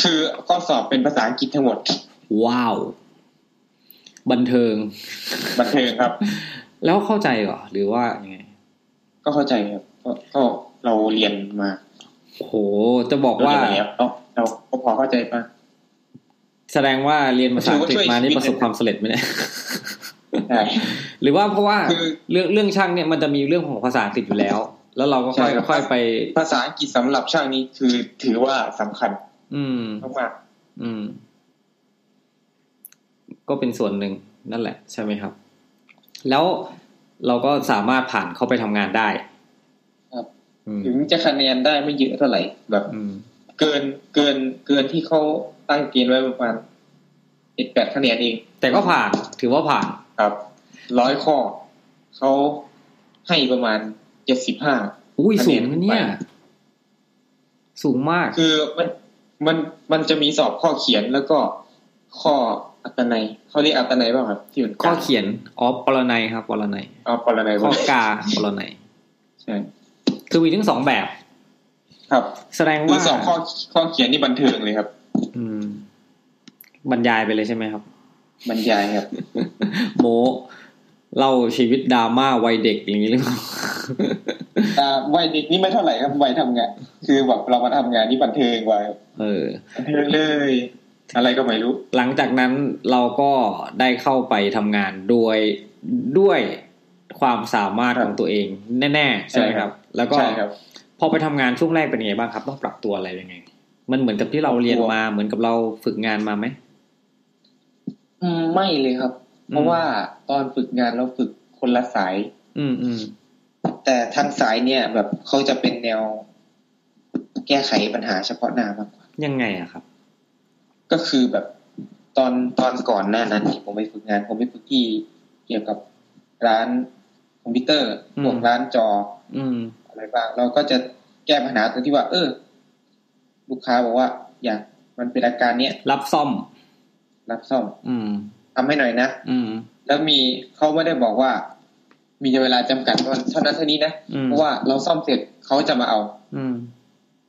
B: คือข้อสอบเป็นภาษาอังกฤษทั้งหมด
A: ว้าว บันเทิง
B: บันเทิงครับ
A: แล้วเข้าใจเหรอหรือว่ายังไง
B: ก็เข้าใจครับก็ก็เราเรียนมา
A: โหจะบอก
B: เรา
A: ว่า
B: เรียนมาแล้วเราเราก็พอเข้าใจปะ
A: แสดงว่าเรียนภาษาอังกฤษมานี่ประสบความสำเร็จไหมเนี่ย
B: ใช่
A: หรือว่าเพราะว่า
B: คือ
A: เรื่องเรื่องช่างเนี่ยมันจะมีเรื่องของภาษาอังกฤษอยู่แล้ว แล้วเราก็ค่อย
B: ใช่ครับ
A: ค่อยไป
B: ภาษาอังกฤษสำหรับช่างนี้คือถือว่าสำคัญ
A: อืม
B: มากๆ
A: อืม ก็เป็นส่วนหนึ่งนั่นแหละ ใช่ไหมครับ แล้วเราก็สามารถผ่านเข้าไปทำงานได้
B: ครับ
A: อืม
B: ถึงจะคะแนนได้ไม่เยอะเท่าไหร่ แบบ
A: อืม
B: เกินเกินเกินที่เขาตั้งเกณฑ์ไว้ประมาณเจ็ดแปดคะแนนเอง
A: แต่ก็ผ่านถือว่าผ่าน
B: ครับร้อยข้อเขาให้ประมาณเจ็ดสิบห้า
A: อุ้ย
B: คะแนน
A: สูงนะเนี่ย
B: ไป
A: สูงมาก
B: คือมันมันมันจะมีสอบข้อเขียนแล้วก็ข้ออัตนัยเขาเรียกอัตนัยบ้างครับที่มัน
A: ข้อเขียนอ๋อปรนัยครับปรนัย
B: เอาปรนัย
A: ข้อ
B: บ้าง
A: กาปรนัย
B: ใช่
A: คือมีทั้งสองแบบ
B: ครับ
A: แสดง
B: คือ
A: ว่า
B: สองข้อข้อเขียนนี่บันเทิงเลยครับ
A: อืม บรรยายไปเลยใช่ไหมครับ
B: บรรยายครับ
A: โมเล่าชีวิตดราม่าวัยเด็กอย่างนี้หรือเปล่า
B: อ่าวัยเด็กนี่ไม่เท่าไหร่ครับวัยทำงาน คือแบบเรามาทำงานนี่บันเทิงไว้
A: เออ
B: บันเทิงเลย อะไรก็ไม่รู้
A: หลังจากนั้นเราก็ได้เข้าไปทำงานโดยด้วยความสามารถของตัวเอง แน่ๆใช่ไหมครับ แล้วก็
B: ใช่ครับ
A: พอไปทำงานช่วงแรกเป็นไงบ้างครับ ต้องปรับตัวอะไรยังไง มันเหมือนกับที่เราเรียนมาเหมือนกับเราฝึกงานมาไหม
B: อืมไม่เลยครับ เพ
A: อื
B: ราะ
A: ม
B: ว่าตอนฝึกงานเราฝึกคนละสาย
A: อืมอืม
B: แต่ทางสายเนี่ยแบบเขาจะเป็นแนว แก้ไขปัญหาเฉพาะหน้ามากกว่า
A: ยังไงอะครับ
B: ก็คือแบบตอนตอนก่อนหน้านั้นที่ผมไปฝึกงาน ผมไปฝึกที่เกี่ยวกับร้านคอมพิวเตอร์
A: อืม
B: พวกร้านจอ
A: อืม
B: อะไรบ้างเราก็จะแก้ปัญหาตรงที่ว่า เออ ลูกค้าบอกว่า อยากมันเป็นอาการเนี้ย
A: รับซ่อม
B: รับซ่อม
A: อืม
B: ทำให้หน่อยนะ
A: อืม
B: แล้วมีเขาไม่ได้บอกว่า มีเวลาจำกัดว่าเท่านั้นเท่านี้นะ
A: อืม
B: เพราะว่าเราซ่อมเสร็จเขาจะมาเอา
A: อืม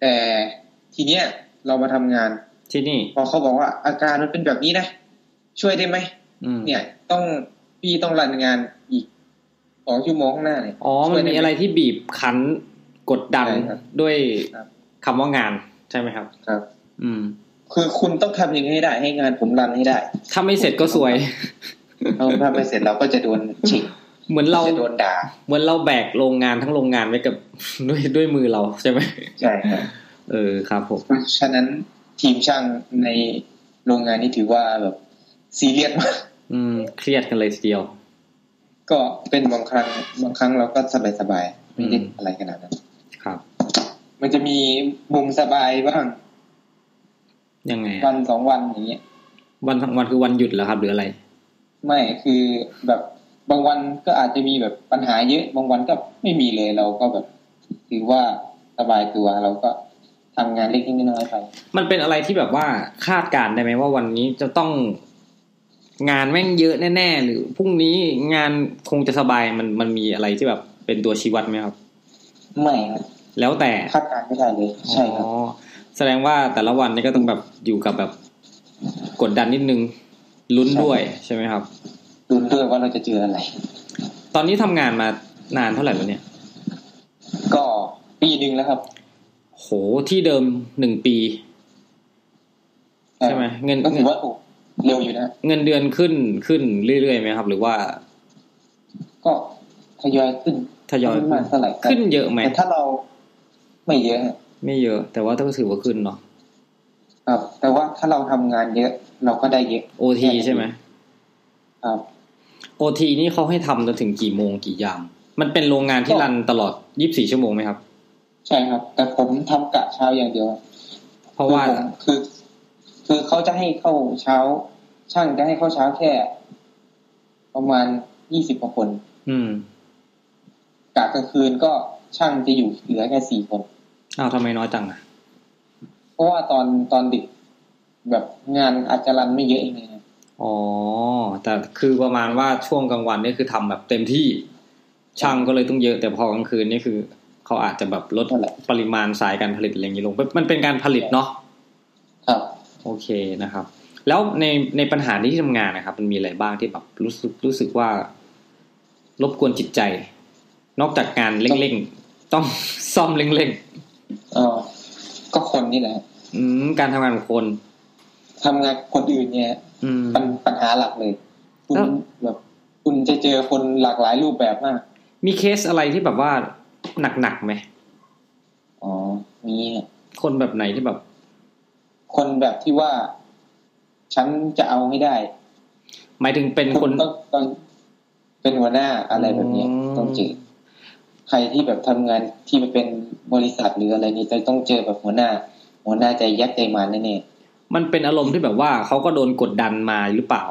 B: แต่ทีเนี้ยเรามาทำงาน
A: ที่นี่
B: พอเขาบอกว่าอาการมันเป็นแบบนี้นะช่วยได้ไหม
A: อืม
B: เนี่ย ต้องพี่ต้องรันงานอีกสองชั่วโมงข้างหน้าเนี่ย
A: อ๋อมันมีอะไรที่บีบคั้นกดดัน
B: ใช่ครับ
A: ด้วย
B: ครับ
A: คำว่างานใช่ไหมครับ
B: ครับ
A: อืม
B: คือคุณต้องทำยังไงให้ได้ ให้งานผมรัน ให้ได้
A: ถ้าไม่เสร็จก็สวย
B: ถ้าทำไม่เสร็จเราก็จะโดนฉิก
A: เหมือนเรา
B: จะโดนด่า
A: เหมือนเราแบกโรงงานทั้งโรงงานไว้กับ ด้วยด้วยมือเราใช่ไหม
B: ใช่ครับ
A: เออครับผม
B: เพราะฉะนั้นทีมช่างในโรงงานนี่ถือว่าแบบซีเรียสมาก
A: อืม เครียดกันเลยทีเดียว
B: ก็เป็นบางครั้งบางครั้งเราก็สบายสบายๆไม่ได้อะไรขนาดนั้น
A: ครับ
B: มันจะมีมุมสบายบ้าง
A: ยังไงอะ
B: วันสองวันอย่างเงี้ย
A: วันทั้งวันคือวันหยุดเหรอครับ หรืออะไร
B: ไม่คือแบบบางวันก็อาจจะมีแบบปัญหาเยอะ บางวันก็ไม่มีเลยเราก็แบบถือว่าสบายตัวเราก็ทำงานเล็กๆน้อยๆไป
A: มันเป็นอะไรที่แบบว่าคาดการณ์ได้ไหมว่าวันนี้จะต้องงานแม่งเยอะแน่ๆหรือพรุ่งนี้งานคงจะสบายมันมันมีอะไรที่แบบเป็นตัวชี้วัดไหมครับ
B: ไม่ครับ
A: แล้วแต่
B: คาดการณ์ไม่ได้เลย ใช่ครับ
A: อ๋อแสดงว่าแต่ละวันนี่ก็ต้องแบบอยู่กับแบบกดดันนิดนึงลุ้นด้วยใช่ไหมครับ
B: ดูด้วยว่าเราจะเจออะไร
A: ตอนนี้ทำงานมานานเท่าไหร่แล้วเนี่ย
B: ก็ปีหนึ่งแล้วครับ
A: โหที่เดิมหนึ่งปี ใช่ไหมเงิน
B: ก็
A: เงิ
B: ถื
A: น
B: อว่าโอ้เร็วอยู่นะ
A: เงินเดือนขึ้นขึ้นเรื่อยๆไหมครับ หรือว่า
B: ก็ทยอยขึ้น
A: ทยอย
B: ขึ้นมาเท่าไหร่
A: ขึ้นเยอะไหม
B: แต่ถ้าเราไม่เยอะฮะ
A: ไม่เยอะ แต่ว่าต้องถือว่าขึ้นเนาะ
B: ครับ แต่ว่าถ้าเราทำงานเยอะ เราก็ได้เยอะ
A: โอทีใช่ไหม
B: ครับ
A: โอทีนี่เขาให้ทำจนถึงกี่โมงกี่ยาม มันเป็นโรงงานที่รันตลอดยี่สิบสี่ชั่วโมงไหมครับ
B: ใช่ครับ แต่ผมทำกะเช้าอย่างเดียว
A: เพราะว่า
B: คือผมคือ คือเขาจะให้เข้าเช้า ช่างจะให้เข้าเช้าแค่ ประมาณยี่สิบกว่าคน
A: อืม
B: กะกลางคืนก็ช่างจะอยู่เหลือแค่สี่คน
A: อ้าวทำไมน้อยจังอะ
B: เพราะว่าตอนตอนดึกแบบงานอาจจะรันไม่เยอะเองไง
A: อ๋อ แต่คือประมาณว่าช่วงกลางวันนี่คือทำแบบเต็มที่ ช่างก็เลยต้องเยอะแต่พอกลางคืนนี่คือเขาอาจจะแบบลด
B: นั่นแหละ
A: ปริมาณสายการผลิตอะไรอย่างนี้ลงไปมันเป็นการผลิตเนาะ
B: ครับ
A: โอเคนะครับ แล้วในในปัญหาที่ทำงานนะครับ มันมีอะไรบ้างที่แบบรู้สึกรู้สึกว่ารบกวนจิตใจ นอกจากงานเร่งๆ ต้อง ซ่อมเร่ง
B: เออก็คนนี่แหละ
A: ๆอืมการทำงานของคน
B: ทำงานคนอื่นเนี่ย
A: อืม
B: ปัญปัญหาหลักเลย คุณ
A: เอ้า
B: แบบ คุณจะเจอคนหลากหลายรูปแบบมาก
A: มีเคสอะไรที่แบบว่าหนักๆไหม
B: อ๋อมีฮะ
A: คนแบบไหนที่แบบ
B: คนแบบที่ว่า ฉันจะเอาไม่ได้
A: หมายถึงเป็นค
B: คุ
A: น
B: ณต้องต้องเป็นหัวหน้าอะไรแบบนี้
A: อืม
B: ต้องเจอใครที่แบบทำงานที่ไปเป็นบริษัทหรืออะไรนี่จะต้องเจอแบบหัวหน้า หัวหน้าใจยักษ์ใจมารแน่
A: มันเป็นอารมณ์ที่แบบว่าเขาก็โดนกดดันมาหรือเปล่า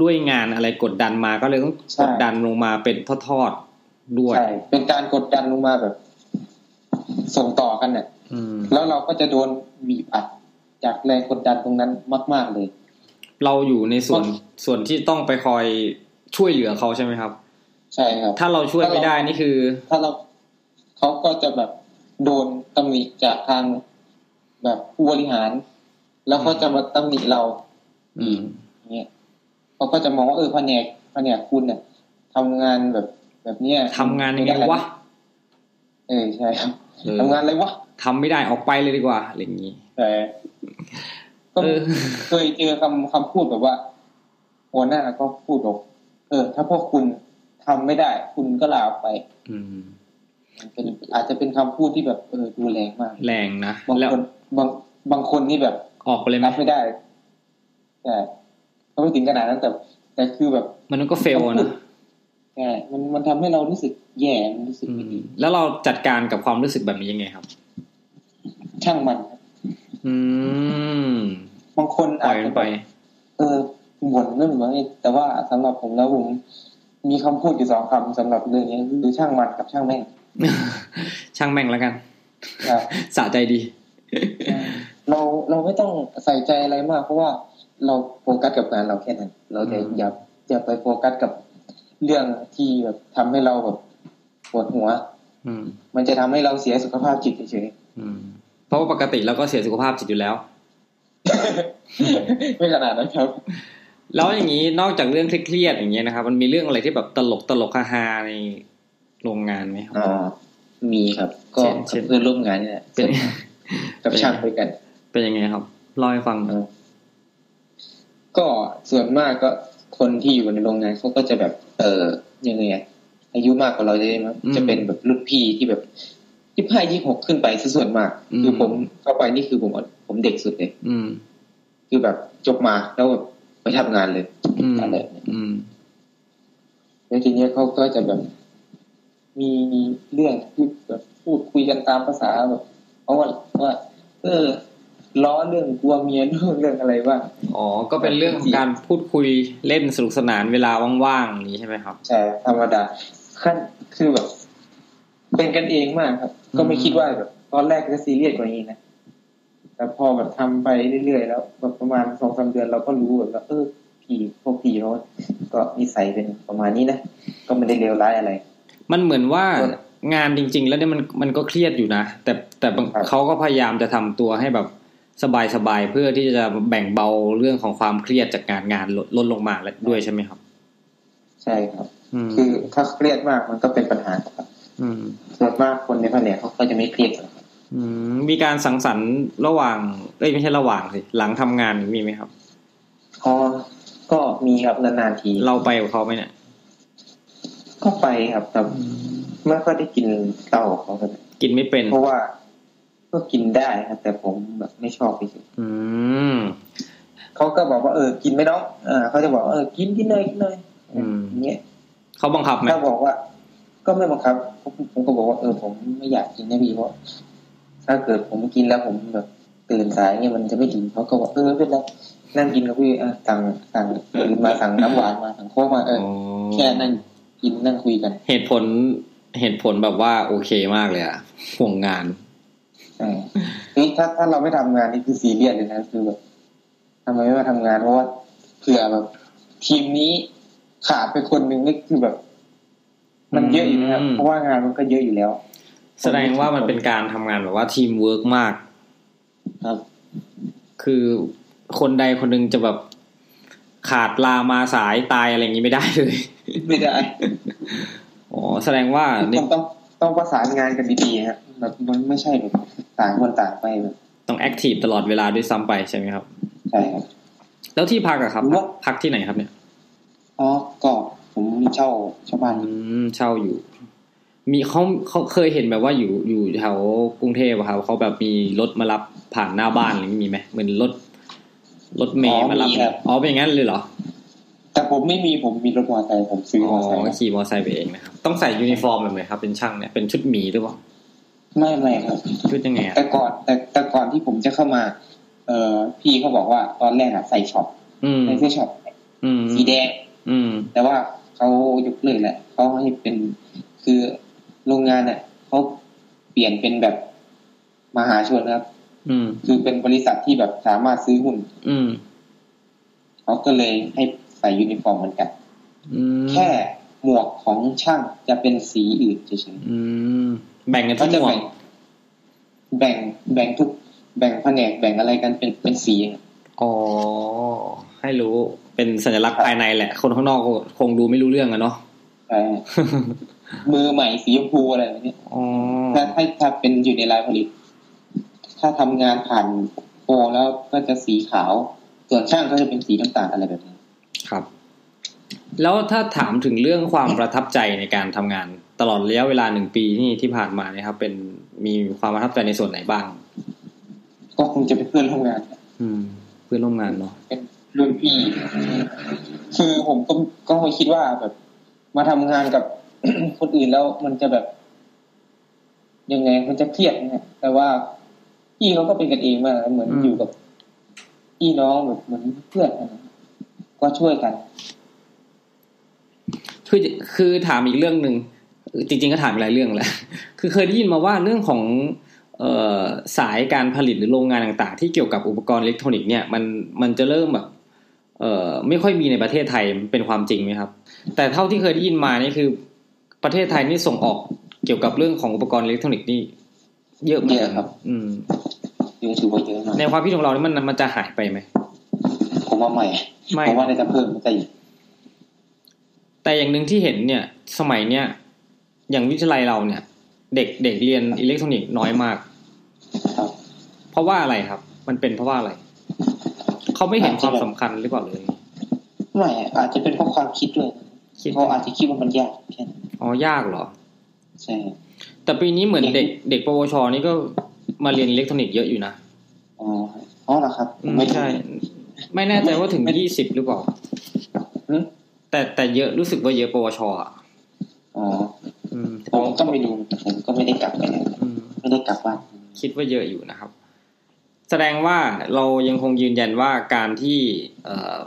A: ด้วยงานอะไรกดดันมาก็เลยต้องกดดันลงมาเป็นทอดๆ
B: ๆ
A: ด้วย
B: ใช่เป็นการกดดันลงมาแบบ ส่งต่อกันน่ะ
A: อืม
B: แล้วเราก็จะโดนบีบอัด จากแรงกดดันตรงนั้นมาก ๆเลย
A: เราอยู่ในส่วน
B: ครับ
A: ส่วนที่ต้องไปคอยช่วยเหลือเขาใช่ไหมครับ
B: ใช่ครับ
A: ถ้าเราช่วยไม่ได้นี่คือ
B: ถ้าเราเขาก็จะแบบ โดนตำหนิจากทางแบบผู้บริหาร แล้วเขาจะมาตำหนิเรา
A: อืม
B: อย่างเงี้ยเขาก็จะมองว่าเออแผนกแผนกคุณเนี่ยทำงานแบบแบบเนี้ย
A: ทำงานยังไงวะ
B: เออใช่ครับ
A: เออ
B: ทำงานอะไรวะ
A: ทำไม่ได้ออกไปเลยดีกว่าอะไรอย่างนี้
B: แต่ก็
A: เออ
B: เคยเจอคำคำพูดแบบว่าหัวหน้าก็พูดบอกเออ ถ้าพวกคุณทำไม่ได้ คุณก็ลาออกไป
A: อืม
B: มันเป็นอาจจะเป็นคำพูดที่แบบเออดูแรงมาก
A: แรงนะ
B: บาง
A: แล้ว
B: คนบางบางคนนี่แบบ
A: ออกไปเลยไหม
B: รับไม่ได้ แต่ก็ไม่ถึงขนาดนั้นแต่ แต่คือแบบ
A: มันก็เฟลนะ
B: แหมมันมันทำให้เรารู้สึกแย่มันรู้สึก
A: อื
B: ไม่
A: ม
B: ดี
A: แล้วเราจัดการกับความรู้สึกแบบนี้ยังไงครับ
B: ช่างมันครับ
A: อืม
B: บางคน
A: ปล่
B: อา
A: อ
B: จ
A: ยมั
B: จะ
A: น
B: แบ
A: ไป
B: บเออบ่นเรื่องหรือว่าไงแต่ว่าสำหรับผมแล้วผมมีคำพูดอยู่สองคำสำหรับเรื่องนี้คือช่างมันกับช่างแม่ง
A: ช่างแม่งแล้วกัน
B: ครับ
A: สะใจดี
B: เราเราไม่ต้องใส่ใจอะไรมาก เพราะว่าเราโฟกัสกับงานเราแค่นั้น เราจะ
A: อืม
B: อย่าอย่าไปโฟกัสกับเรื่องที่แบบทำให้เราแบบปวดหัว
A: อืม
B: มันจะทำให้เราเสียสุขภาพจิตเฉย
A: อืม เพราะว่าปกติเราก็เสียสุขภาพจิตอยู่แล้ว
B: ๆ ไม่ขนาดนั้นครับ
A: แล้วอย่างนี้นอกจากเรื่องเครียดๆอย่างเงี้ยนะครับ มันมีเรื่องอะไรที่แบบตลกตลกฮาๆในโรงงานไหมครับ
B: อ๋อ มีครับ ก็
A: เช่นเช่น
B: กับเพื่อนร่วมงานนี่แหละ
A: เป็น
B: กับช่างด้วยกัน
A: เป็นยังไงครับเล่าให้ฟังหน่อย
B: ก็ส่วนมากก็คนที่อยู่ในโรงงานเขาก็จะแบบ เออยังไงอะอายุมากกว่าเราจะได้มั้งจะเป็นแบบรุ่นพี่ที่แบบยี่ห้ายี่หกขึ้นไปซะส่วนมาก คือผมเข้าไปนี่คือผมผมเด็กสุดเลย
A: อืม
B: คือแบบจบมาแล้วแบบไปทำงานเลย
A: อืม
B: อะไร
A: อืม
B: แล้วทีเนี้ยเขาก็จะแบบ มีเรื่องที่แบบพูดคุยกันตามภาษาแบบเพราะว่าว่า เออล้อเรื่องกลัวเมียเรื่อง เรื่องอะไรบ้าง
A: อ๋อ ก็เป็นเรื่องของการพูดคุยเล่นสนุกสนานเวลาว่างๆอย่างนี้ใช่ไหมครับ
B: ใช่ธรรมดาขั้นคือแบบ เป็นกันเองมากครับ ก็ไม่
A: อืม
B: คิดว่าแบบ ตอนแรกจะซีเรียสกว่านี้นะแต่พอแบบทำไปเรื่อยๆแล้วแบบประมาณสองสามเดือนเราก็รู้แบบว่าเออผีพวกผีเขาก็นิสัยเป็นประมาณนี้นะก็ไม่ได้เลวร้ายอะไร
A: มันเหมือนว่า
B: เออง
A: านจริง ๆ แล้วเนี่ยมันมันก็เครียดอยู่นะ แต่แต่บาง
B: ครับ
A: เขาก็พยายามจะทำตัวให้แบบสบายๆเพื่อที่จะแบ่งเบาเรื่องของความเครียดจากงานงานลดลดลงมาแล้วด้วยใช่ไหมครับ
B: ใช่ครับ
A: อืม
B: คือถ้าเครียดมากมันก็เป็นปัญหาครับ
A: อืม
B: ส่วนมากคนในแผนกเขาก็จะไม่เครียดหรอกครับ
A: อืมมีการสังสรรค์ระหว่างเอ้ยไม่ใช่ระหว่างสิหลังทำงานมีไหมครับ
B: อ๋อก็มีครับนานๆที
A: เราไปกับเขาไหมเนี่ย
B: ก็ไปครับแต่ไม่ค่อยได้กินเหล้าของเขาครับ
A: กินไม่เป็น
B: เพราะว่าก็กินได้ครับแต่ผมแบบไม่ชอบไปสิ
A: อืม
B: เขาก็บอกว่าเออกินไหม่น้องเออเขาจะบอกว่าเออกินกินเลยกินเลย
A: อืม
B: อย่างเงี้ย
A: เขาบังคับไหม
B: ถ้าบอกว่า ก็ไม่บังคับผมผมก็บอกว่าเออผมไม่อยากกินนะพี่เพราะถ้าเกิดผมกินแล้วผมแบบตื่นสายเงี้ยมันจะไม่ดีเขาก็บอกเออไม่เป็นไรนั่งกินกับพี่อ่ะสั่งสั่งตื่นมาสั่งน้ำหวานมาสั่งโค้กมาเออ
A: อ๋อ
B: แค่นั่งกินนั่งคุยกัน
A: เหตุผลเหตุผลแบบว่าโอเคมากเลยอะห่วงงาน
B: เออนี่ถ้าถ้าเราไม่ทำงานนี่คือซีเรียสเลยนะคือแบบทำไมไม่มาทำงานเพราะว่า เผื่อแบบ ทีมนี้ขาดไปคนหนึ่งนี่คือแบบ มันเยอะอยู่นะครับ
A: อืม
B: เพราะว่างานมันก็เยอะอยู่แล้ว
A: แสดงว่ามันเป็นการทำงานแบบว่าทีมเวิร์กมาก
B: ครับ
A: คือคนใดคนหนึงจะแบบขาดลามาสายตายอะไรอย่างนี้ไม่ได้เลย
B: ไม่ได้
A: อ๋อแสดงว่า
B: ทุก
A: นี่
B: คน ต้องต้องประสานงานกันดีๆครับแบบมันไม่ใช่แบบต่างคนต่างไปแบบ
A: ต้องแอคทีฟตลอดเวลาด้วยซ้ำไปใช่ไหมครับ
B: ใช่ครับ
A: แล้วที่พักอะครับ
B: ว่า
A: พักที่ไหนครับเนี่ย
B: อ๋อก็ผมเช่าเช่าบ้าน
A: อืมเช่าอยู่ มีเขาเขาเคยเห็นแบบว่าอยู่อยู่แถวกรุงเทพอะครับเขาแบบมีรถมารับผ่านหน้าบ้านอะไรอย่างนี้มีไหมเหมือนรถรถเมย์มารับอ๋อเป็นอย่างนั้นเลยเหรอ
B: แต่ผมไม่มีผมมีรถมอเตอร์ไซค์ผมซื้อม
A: อ๋
B: อ
A: อ
B: เตอร์ไซค์นะ
A: ขี่มอไซค์ไปเองนะครับ ต้องใส่ยูนิฟอร์มแบบไหนครับ เป็นช่างเนี่ย เป็นชุดหมีหรือเปล่า
B: ไม่ไม่ครับ
A: ชุดยังไงอะ
B: แต่ก่อนแต่แต่ก่อนที่ผมจะเข้ามา เอ่อพี่เขาบอกว่าตอนแรกอะใส่ช็อป
A: อืม
B: ใส่เสื้อช็อป
A: อืม
B: สีแดง
A: อืม
B: แต่ว่าเขายกเลิกแหละเขาให้เป็นคือโรงงานอ่ะเขาเปลี่ยนเป็นแบบมหาชนนะครับ
A: อืม
B: คือเป็นบริษัทที่แบบสามารถซื้อหุ้น
A: อืม
B: เขาก็เลยให้ใส่ยูนิฟอร์มเหมือนกัน
A: อืม
B: แค่หมวกของช่างจะเป็นสีอื่นเฉย
A: อืม แบ่งกั
B: ๆ
A: น
B: เขา
A: ที่ห
B: จะ
A: มวก
B: แบ่ง แบ่งแบ่งทุก แบ่งแผนกแบ่งอะไรกันเป็นเป็นสี
A: อ๋อ ให้รู้เป็นสัญลักษณ์ภายในแหละ คนข้างนอกคงดูไม่รู้เรื่องอะเนาะ
B: ใช่มือใหม่สีชมพูอะไรแบบเนี้ย
A: อ๋อ
B: ถ้าถ้าถ้าเป็นอยู่ในรายผลิต ถ้าทำงานผ่านโปรแล้วก็จะสีขาว ส่วนช่างก็จะเป็นสีน้ำตาลอะไรแบบนี้
A: ครับ แล้วถ้าถามถึงเรื่องความประทับใจในการทำงาน ตลอดระยะเวลาหนึ่งปีที่ที่ผ่านมาเนี่ยครับ เป็นมีความประทับใจในส่วนไหนบ้าง
B: ก็คงจะเป็นเพื่อนร่วมงาน
A: อืม เพื่อนร่วมงานเนาะ
B: เป็น
C: รุ่นพี่
B: คือผมก็ก็ไม่คิดว่าแบบ มาทำงานกับ คนอื่นแล้วมันจะแบบยังไงมันจะเครียดนะฮะแต่ว่าพี่เขาก็เป็นกันเองมากนะเหมือนอยู่กับพี่น้องแบบเหมือนเพื่อนกันนะก็ช่วยกัน
A: คือคือถามอีกเรื่องหนึ่งจริง ๆ ก็ถามหลายเรื่องแหละ คือเคยได้ยินมาว่าเรื่องของเอ่อสายการผลิตหรือโรงงานต่าง ๆ ที่เกี่ยวกับอุปกรณ์อิเล็กทรอนิกส์เนี่ยมันมันจะเริ่มแบบ เอ่อไม่ค่อยมีในประเทศไทยมันเป็นความจริงไหมครับ แต่เท่าที่เคยได้ยินมานี่คือ ประเทศไทยนี่ส่งออกเกี่ยวกับเรื่องของอุปกรณ์อิเล็กทรอนิกส์นี่เยอะเหมือนกันอืม
B: ยังถือว่าเยอะมาก
A: ในความคิดของเรานี่มันมันจะหายไปไหม
B: ผมว่าใหม่
A: ไม่
B: ผมว่าน่าจะเพิ่มขึ้นไปอีก
A: แต่อย่างหนึ่งที่เห็นเนี่ยสมัยเนี่ยอย่างวิทยาลัยเราเนี่ย เด็กเด็กเรียนอิเล็กทรอนิกส์น้อยมาก
B: ครับ
A: เพราะว่าอะไรครับ มันเป็นเพราะว่าอะไร เขาไม่เห็นความสำคัญหรือเปล่าเลย
B: ไม่ อาจจะเป็นเพราะความคิดด้วย
A: คิด
B: เขาอาจจะคิดว่ามันยากแค่นั้น
A: อ๋อยากเหรอ
B: ใช่
A: แต่ปีนี้เหมือนเด็กเด็กปวชนี่ก็มาเรียนอิเล็กทรอนิกส์เยอะอยู่นะ
B: อ๋ออ๋อเหรอครับผ
A: อืม
B: ไม่รู้
A: ใช่ ไม่แน่ใจว่าถึง
B: ไม่
A: ยี่สิบหรือเปล่า
B: หือ
A: แต่แต่เยอะรู้สึกว่าเยอะปวชอ่ะ
B: อ๋อ
A: อืม
B: ผมก็ไม่รู้ผมก็ไม่ได้กลับไปนะ
A: อืม
B: ไม่ได้กลับบ้าน
A: คิดว่าเยอะอยู่นะครับ แสดงว่าเรายังคงยืนยันว่าการที่เอ่อ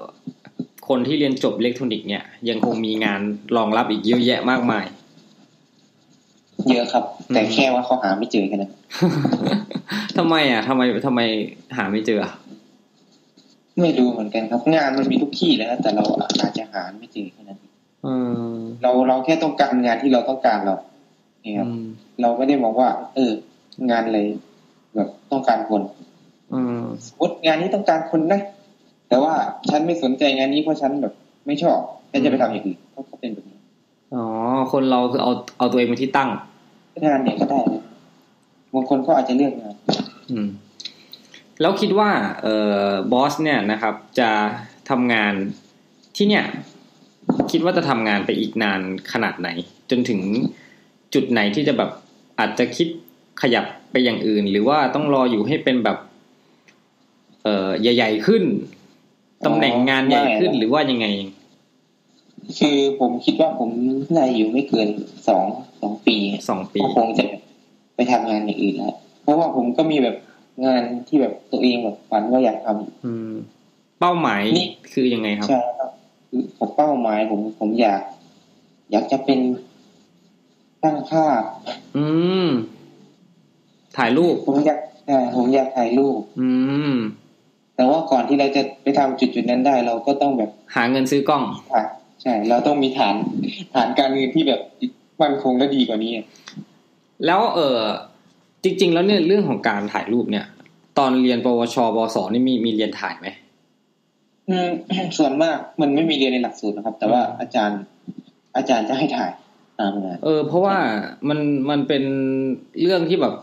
A: คนที่เรียนจบอิเล็กทรอนิกส์เนี่ยยังคงมีงานรองรับอีกเยอะแยะมากมาย
B: เยอะครับ
A: อืม
B: แต่แค่ว่าเขาหาไม่เจอกันนะ
A: ทำไมอ่ะทำไมทำไมหาไม่เจออ่ะ
B: ไม่รู้เหมือนกันครับ งานมันมีทุกที่นะแต่เราอาจจะหาไม่เจอแค่นั้นเอง
A: เออ
B: เราเราแค่ต้องการงานที่เราต้องการเราเนี่ยครับ
A: อืม
B: เราไม่ได้มองว่า เออ งานอะไรแบบต้องการคน
A: อืม
B: สมมติงานนี้ต้องการคนนะแต่ว่าฉันไม่สนใจงานนี้เพราะฉันแบบ ไม่ชอบฉันจะไปทำอย่างอื่นเขาก็เป็นแบบนี้
A: อ๋อคนเราคือเอาเอาตัวเองเป็นที่ตั้ง
B: งานเนี่ยก็ได้นะบางคนก็อาจจะเลือกงาน
A: อืมแล้วคิดว่าเอ่อบอสเนี่ยนะครับ จะทำงานที่เนี่ย คิดว่าจะทำงานไปอีกนานขนาดไหน จนถึงจุดไหนที่จะแบบอาจจะคิดขยับไปอย่างอื่น หรือว่าต้องรออยู่ให้เป็นแบบ เอ่อใหญ่ ๆขึ้นตำแหน่งงานใหญ่ขึ้น
B: ไม่
A: หรือว่ายังไง
B: คือผมคิดว่าผมน่าจะอยู่ไม่เกินสองสองปี
A: สองปี
B: ก็คงจะไปทำงานอย่างอื่นแล้วเพราะว่าผมก็มีแบบงานที่แบบตัวเองแบบฝันว่าอยากท
A: อืม เป้าหมาย
B: นี่
A: คือยังไงค
B: ำ
A: รับ
B: ใช่ครับคือผมเป้าหมายผมผมอยาก อยากจะเป็นตั้งค่าพ
A: อืม ถ่ายรูป
B: ผมอยากใช่ผมอยากถ่ายรูป
A: อืม
B: แต่ว่าก่อนที่เราจะไปทำจุดจุดๆนั้นได้ เราก็ต้องแบบ
A: หาเงินซื้อกล้อง
B: อ่ะใช่ เราต้องมีฐานฐานการเงินที่แบบมั่นคงและดีกว่านี้อ่ะ
A: แล้วเออจริง ๆ แล้วเนี่ยเรื่องของการถ่ายรูปเนี่ย ตอนเรียนปวชปวสนี่มีมีเรียนถ่ายไหม
B: อืม ส่วนมากมันไม่มีเรียนในหลักสูตรนะครับ แต่ว่าอาจารย์ อาจารย์จะให้ถ่ายตามงาน
A: เออ เพราะว่ามันมันเป็นเรื่องที่แบบ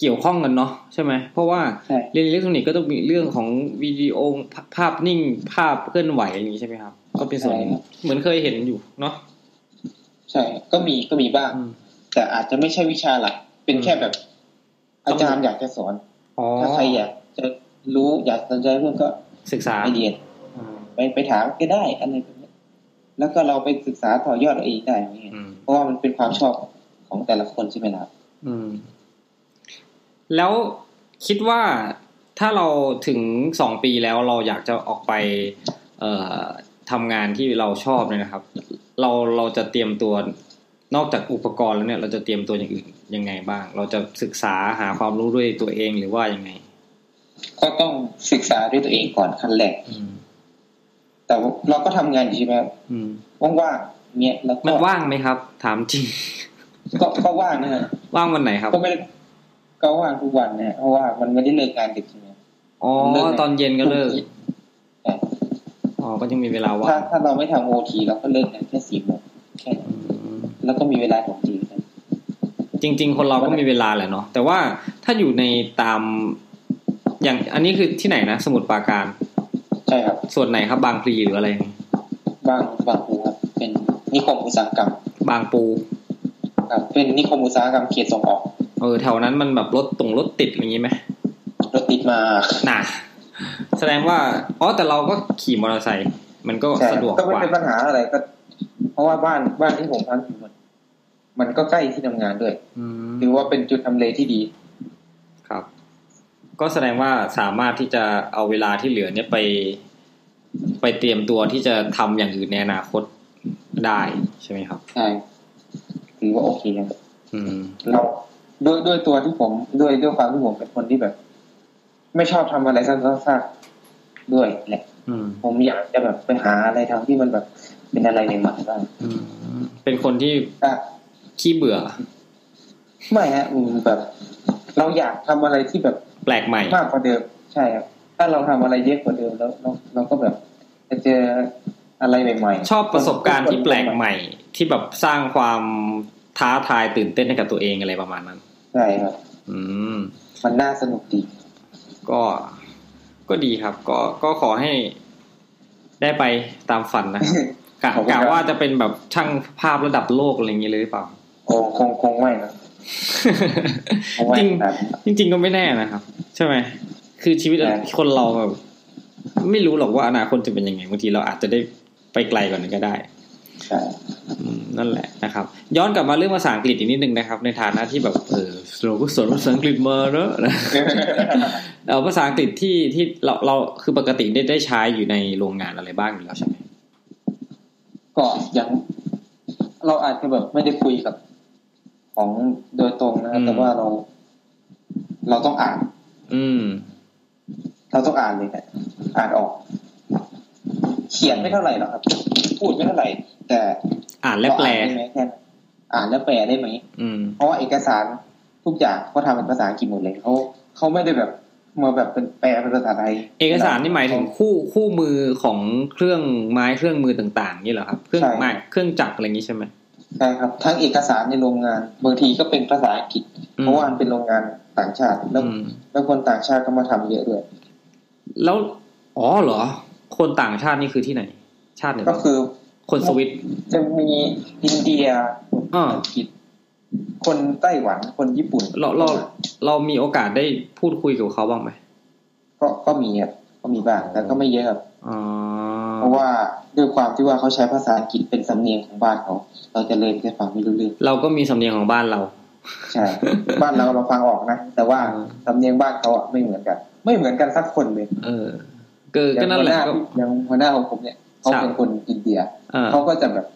A: เกี่ยวข้องกันเนาะใช่ไหมเพราะว่า
B: ใช่
A: เรียนอิเล็กทรอนิกส์ก็ต้องมีเรื่องของวิดีโอภาภาพนิ่งภาพเคลื่อนไหวอะไรอย่างนี้ใช่ไหมครับ ก็เป็นส่วนหนึ่งเหมือนเคยเห็นอยู่เนาะ
B: ใช่ ก็มีก็มีบ้าง
A: อืม
B: แต่อาจจะไม่ใช่วิชาหลัก เป็นแค่แบบ
A: อืม
B: อาจารย์อยากจะสอน
A: อ๋อ
B: ถ้าใครอยากจะรู้อยากสนใจเรื่องก็
A: ศึกษา
B: ไปเรียน
A: อืม
B: ไปไปถามก็ได้อะไรแบบนี้แล้วก็เราไปศึกษาต่อยอดเอาเองได้อย่างเงี้ย
A: อืม
B: เพราะว่ามันเป็นความชอบของแต่ละคนใช่ไหมล่ะ
A: อืม แล้วคิดว่าถ้าเราถึงสองปีแล้วเราอยากจะออกไป เอ่อทำงานที่เราชอบเนี่ยนะครับ เราเราจะเตรียมตัวนอกจากอุปกรณ์แล้วเนี่ย เราจะเตรียมตัวอย่างอื่นยังไงบ้าง เราจะศึกษาหาความรู้ด้วยตัวเองหรือว่ายังไง
B: ก็ต้องศึกษาด้วยตัวเองก่อนขั้นแรก
A: อืม
B: แต่ว่าเราก็ทำงานอยู่ใช่ไหม
A: อืม
B: ว่างๆเนี่ยแล้ว
A: มัน
B: ก็
A: ว่างไหมครับ ถามจริง
B: ก็ก็ว่างนะฮะ
A: ว่างวันไหนครับ
B: ก็ไม่ได้ ก็ว่างทุกวันเนี่ยเพราะว่ามันไม่ได้เลิกงานดึกใช่ไหม
A: อ๋อ
B: เลิกไหม
A: ตอนเย็นก็เลิก
B: แต่
A: อ๋อก็ยังมีเวลาว่า
B: ถ้าง ถ้าเราไม่ทำโอทีเราก็เลิกงานแค่สี่โมงแค่นั้น
A: อืม
B: แล้วก็มีเวลาของจริงครับ
A: จริง ๆ คนเราก็มีเวลาแหละเนาะแต่ว่าถ้าอยู่ในตาม อย่างอันนี้คือที่ไหนนะสมุทรปราการ
B: ใช่ครับ
A: ส่วนไหนครับบางพลีหรืออะไร
B: บางบางปูครับเป็นนิคมอุตสาหกรรม
A: บางปู
B: ครับ เป็นนิคมอุตสาหกรรมเขตส่งออก
A: เออแถวนั้นมันแบบรถตรงรถติดอะไรอย่างนี้ไหม
B: รถติดมาก
A: น่ะแสดงว่าอ๋อแต่เราก็ขี่มอเตอร์ไซค์มันก็
B: ใช่
A: สะดวก
D: ก็
A: ก
D: ไม่
A: ว่า
D: เป็นปัญหาอะไรก็ เพราะว่าบ้านบ้านที่ผมพักอยู่มันมันก็ใกล้ที่ทำงานด้วย
A: อืม
D: ถือว่าเป็นจุดทำเลที่ดี
A: ครับ ก็แสดงว่าสามารถที่จะเอาเวลาที่เหลือเนี่ยไป ไปเตรียมตัวที่จะทำอย่างอื่นในอนาคตได้ใช่ไหมครับ
B: ใช่ถือว่าโอเคครับ
A: อืม
D: เราด้วยด้วยตัวที่ผมด้วยด้วยความที่ผมเป็นคนที่แบบ ไม่ชอบทำอะไรซ้ำๆซากๆด้วยแหละ
A: อืม
D: ผมอยากจะแบบไปหาอะไรทำที่มันแบบเป็นอะไรใหม่ๆบ้าง
A: อืมเป็นคนที่
D: อ่ะ
A: ขี้เบื่อ
D: ไม่ฮะอืมแบบ เราอยากทำอะไรที่แบบ
A: แปลกใหม่
D: มากกว่าเดิม ใช่ครับถ้าเราทำอะไรเยอะกว่าเดิมแล้วเราเราก็แบบจะเจออะไรใหม่ๆ
A: ชอบประสบการณ์ที่แปลกใหม่ ที่แบบสร้างความท้าทายตื่นเต้นให้กับตัวเองอะไรประมาณนั้น
D: ใช่ครับ
A: อืม
D: มันน่าสนุกดี
A: ก็ก็ดีครับ ก็ก็ขอให้ได้ไปตามฝัน นะครับกะ
D: ขอบคุณครั
A: กะ
D: บ
A: ว่าจะเป็นแบบช่างภาพระดับโลกอะไรอย่างนี้เลยหรือเป ล่า
D: โอ้คงคงไม่นะคงไม่ขนาดนั้น
A: จริงจริง ๆ ก็ไม่แน่นะครับ ใช่ไหมคือชีวิต
D: ใช่
A: คนเราแบบไม่รู้หรอกว่าอนาคตจะเป็นยังไงบางทีเราอาจจะได้ไปไกลกว่านั้นก็ได้
D: ใช่
A: อืมนั่นแหละนะครับ ย้อนกลับมาเรื่องภาษาอังกฤษอีกนิดนึงนะครับ ในฐานะที่แบบเออเราก็สอนภาษาอังกฤษมาเนอะ นะ เออภาษาอังกฤษที่ที่เราเราคือปกติได้ได้ใช้อยู่ในโรงงานอะไรบ้างอยู่แล้วใช่ไหม
B: ก็ยังเราอาจจะแบบไม่ได้คุยกับ ของโดยตรงนะครับแต่ว่าเรา เราต้องอ่าน
A: อืม
B: เราต้องอ่านเลยแหละอ่านออก เขียนไม่เท่าไหร่หรอกครับ พูดไม่เท่าไหร่ แต่
A: อ่านและแปล
B: เราอ่านได้ไหมแค่นั้นอ่านและแปลได้ไหม
A: อืม
B: เพราะว่าเอกสารทุกอย่างเขาทำเป็นภาษาอังกฤษหมดเลยเขาเขาไม่ได้แบบมาแบบเป็นแปลเป็นภาษาไทย
A: เอกสารนี่หมายถึงคู่คู่มือของเครื่องไม้เครื่องมือต่างๆ นี่เหรอครับ เครื่องไม้เครื่องจักรอะไรอย่างนี้ใช่ไหม
B: ใช่ครับ ทั้งเอกสารในโรงงานบางทีก็เป็นภาษาอังกฤษ
A: อืม
B: เพราะว่ามันเป็นโรงงานต่างชาติ แล้ว
A: อืม
B: แล้วคนต่างชาติก็มาทำเยอะด้วย
A: แล้วอ๋อเหรอ คนต่างชาตินี่คือที่ไหน ชาติไหน
B: ก็
A: บ้าง
B: คือ
A: คนสวิต
B: จะมีอินเดีย
A: อ่า
B: อังกฤษ คนไต้หวันคนญี่ปุ่น
A: เราเราเรามีโอกาสได้พูดคุยกับเขาบ้างไหม
B: ก็ก็มีครับก็มีบ้างแต่ก็ไม่เยอะครับ
A: อ๋อ
B: เพราะว่าด้วยความที่ว่าเขาใช้ภาษาอังกฤษเป็นสำเนียงของบ้านเขาเราจะเลยไปฟังไม่รู้เรื่อง
A: เราก็มีสำเนียงของบ้านเรา
B: ใช่ บ้านเราเราฟังออกนะแต่ว่า
A: อืม
B: สำเนียงบ้านเขาอะไม่เหมือนกัน ไม่เหมือนกันสักคนเลย
A: เออก็
B: อ
A: ก็
B: ย่าง
A: นั่น
B: หัว
A: แห
B: ห
A: ละ
B: น้า
A: ก็
B: อย่างหัวหน้าของผมเนี่ยเขา
A: ครับ
B: เป็นคนอินเดีย
A: เออ
B: เขาก็จะแบบ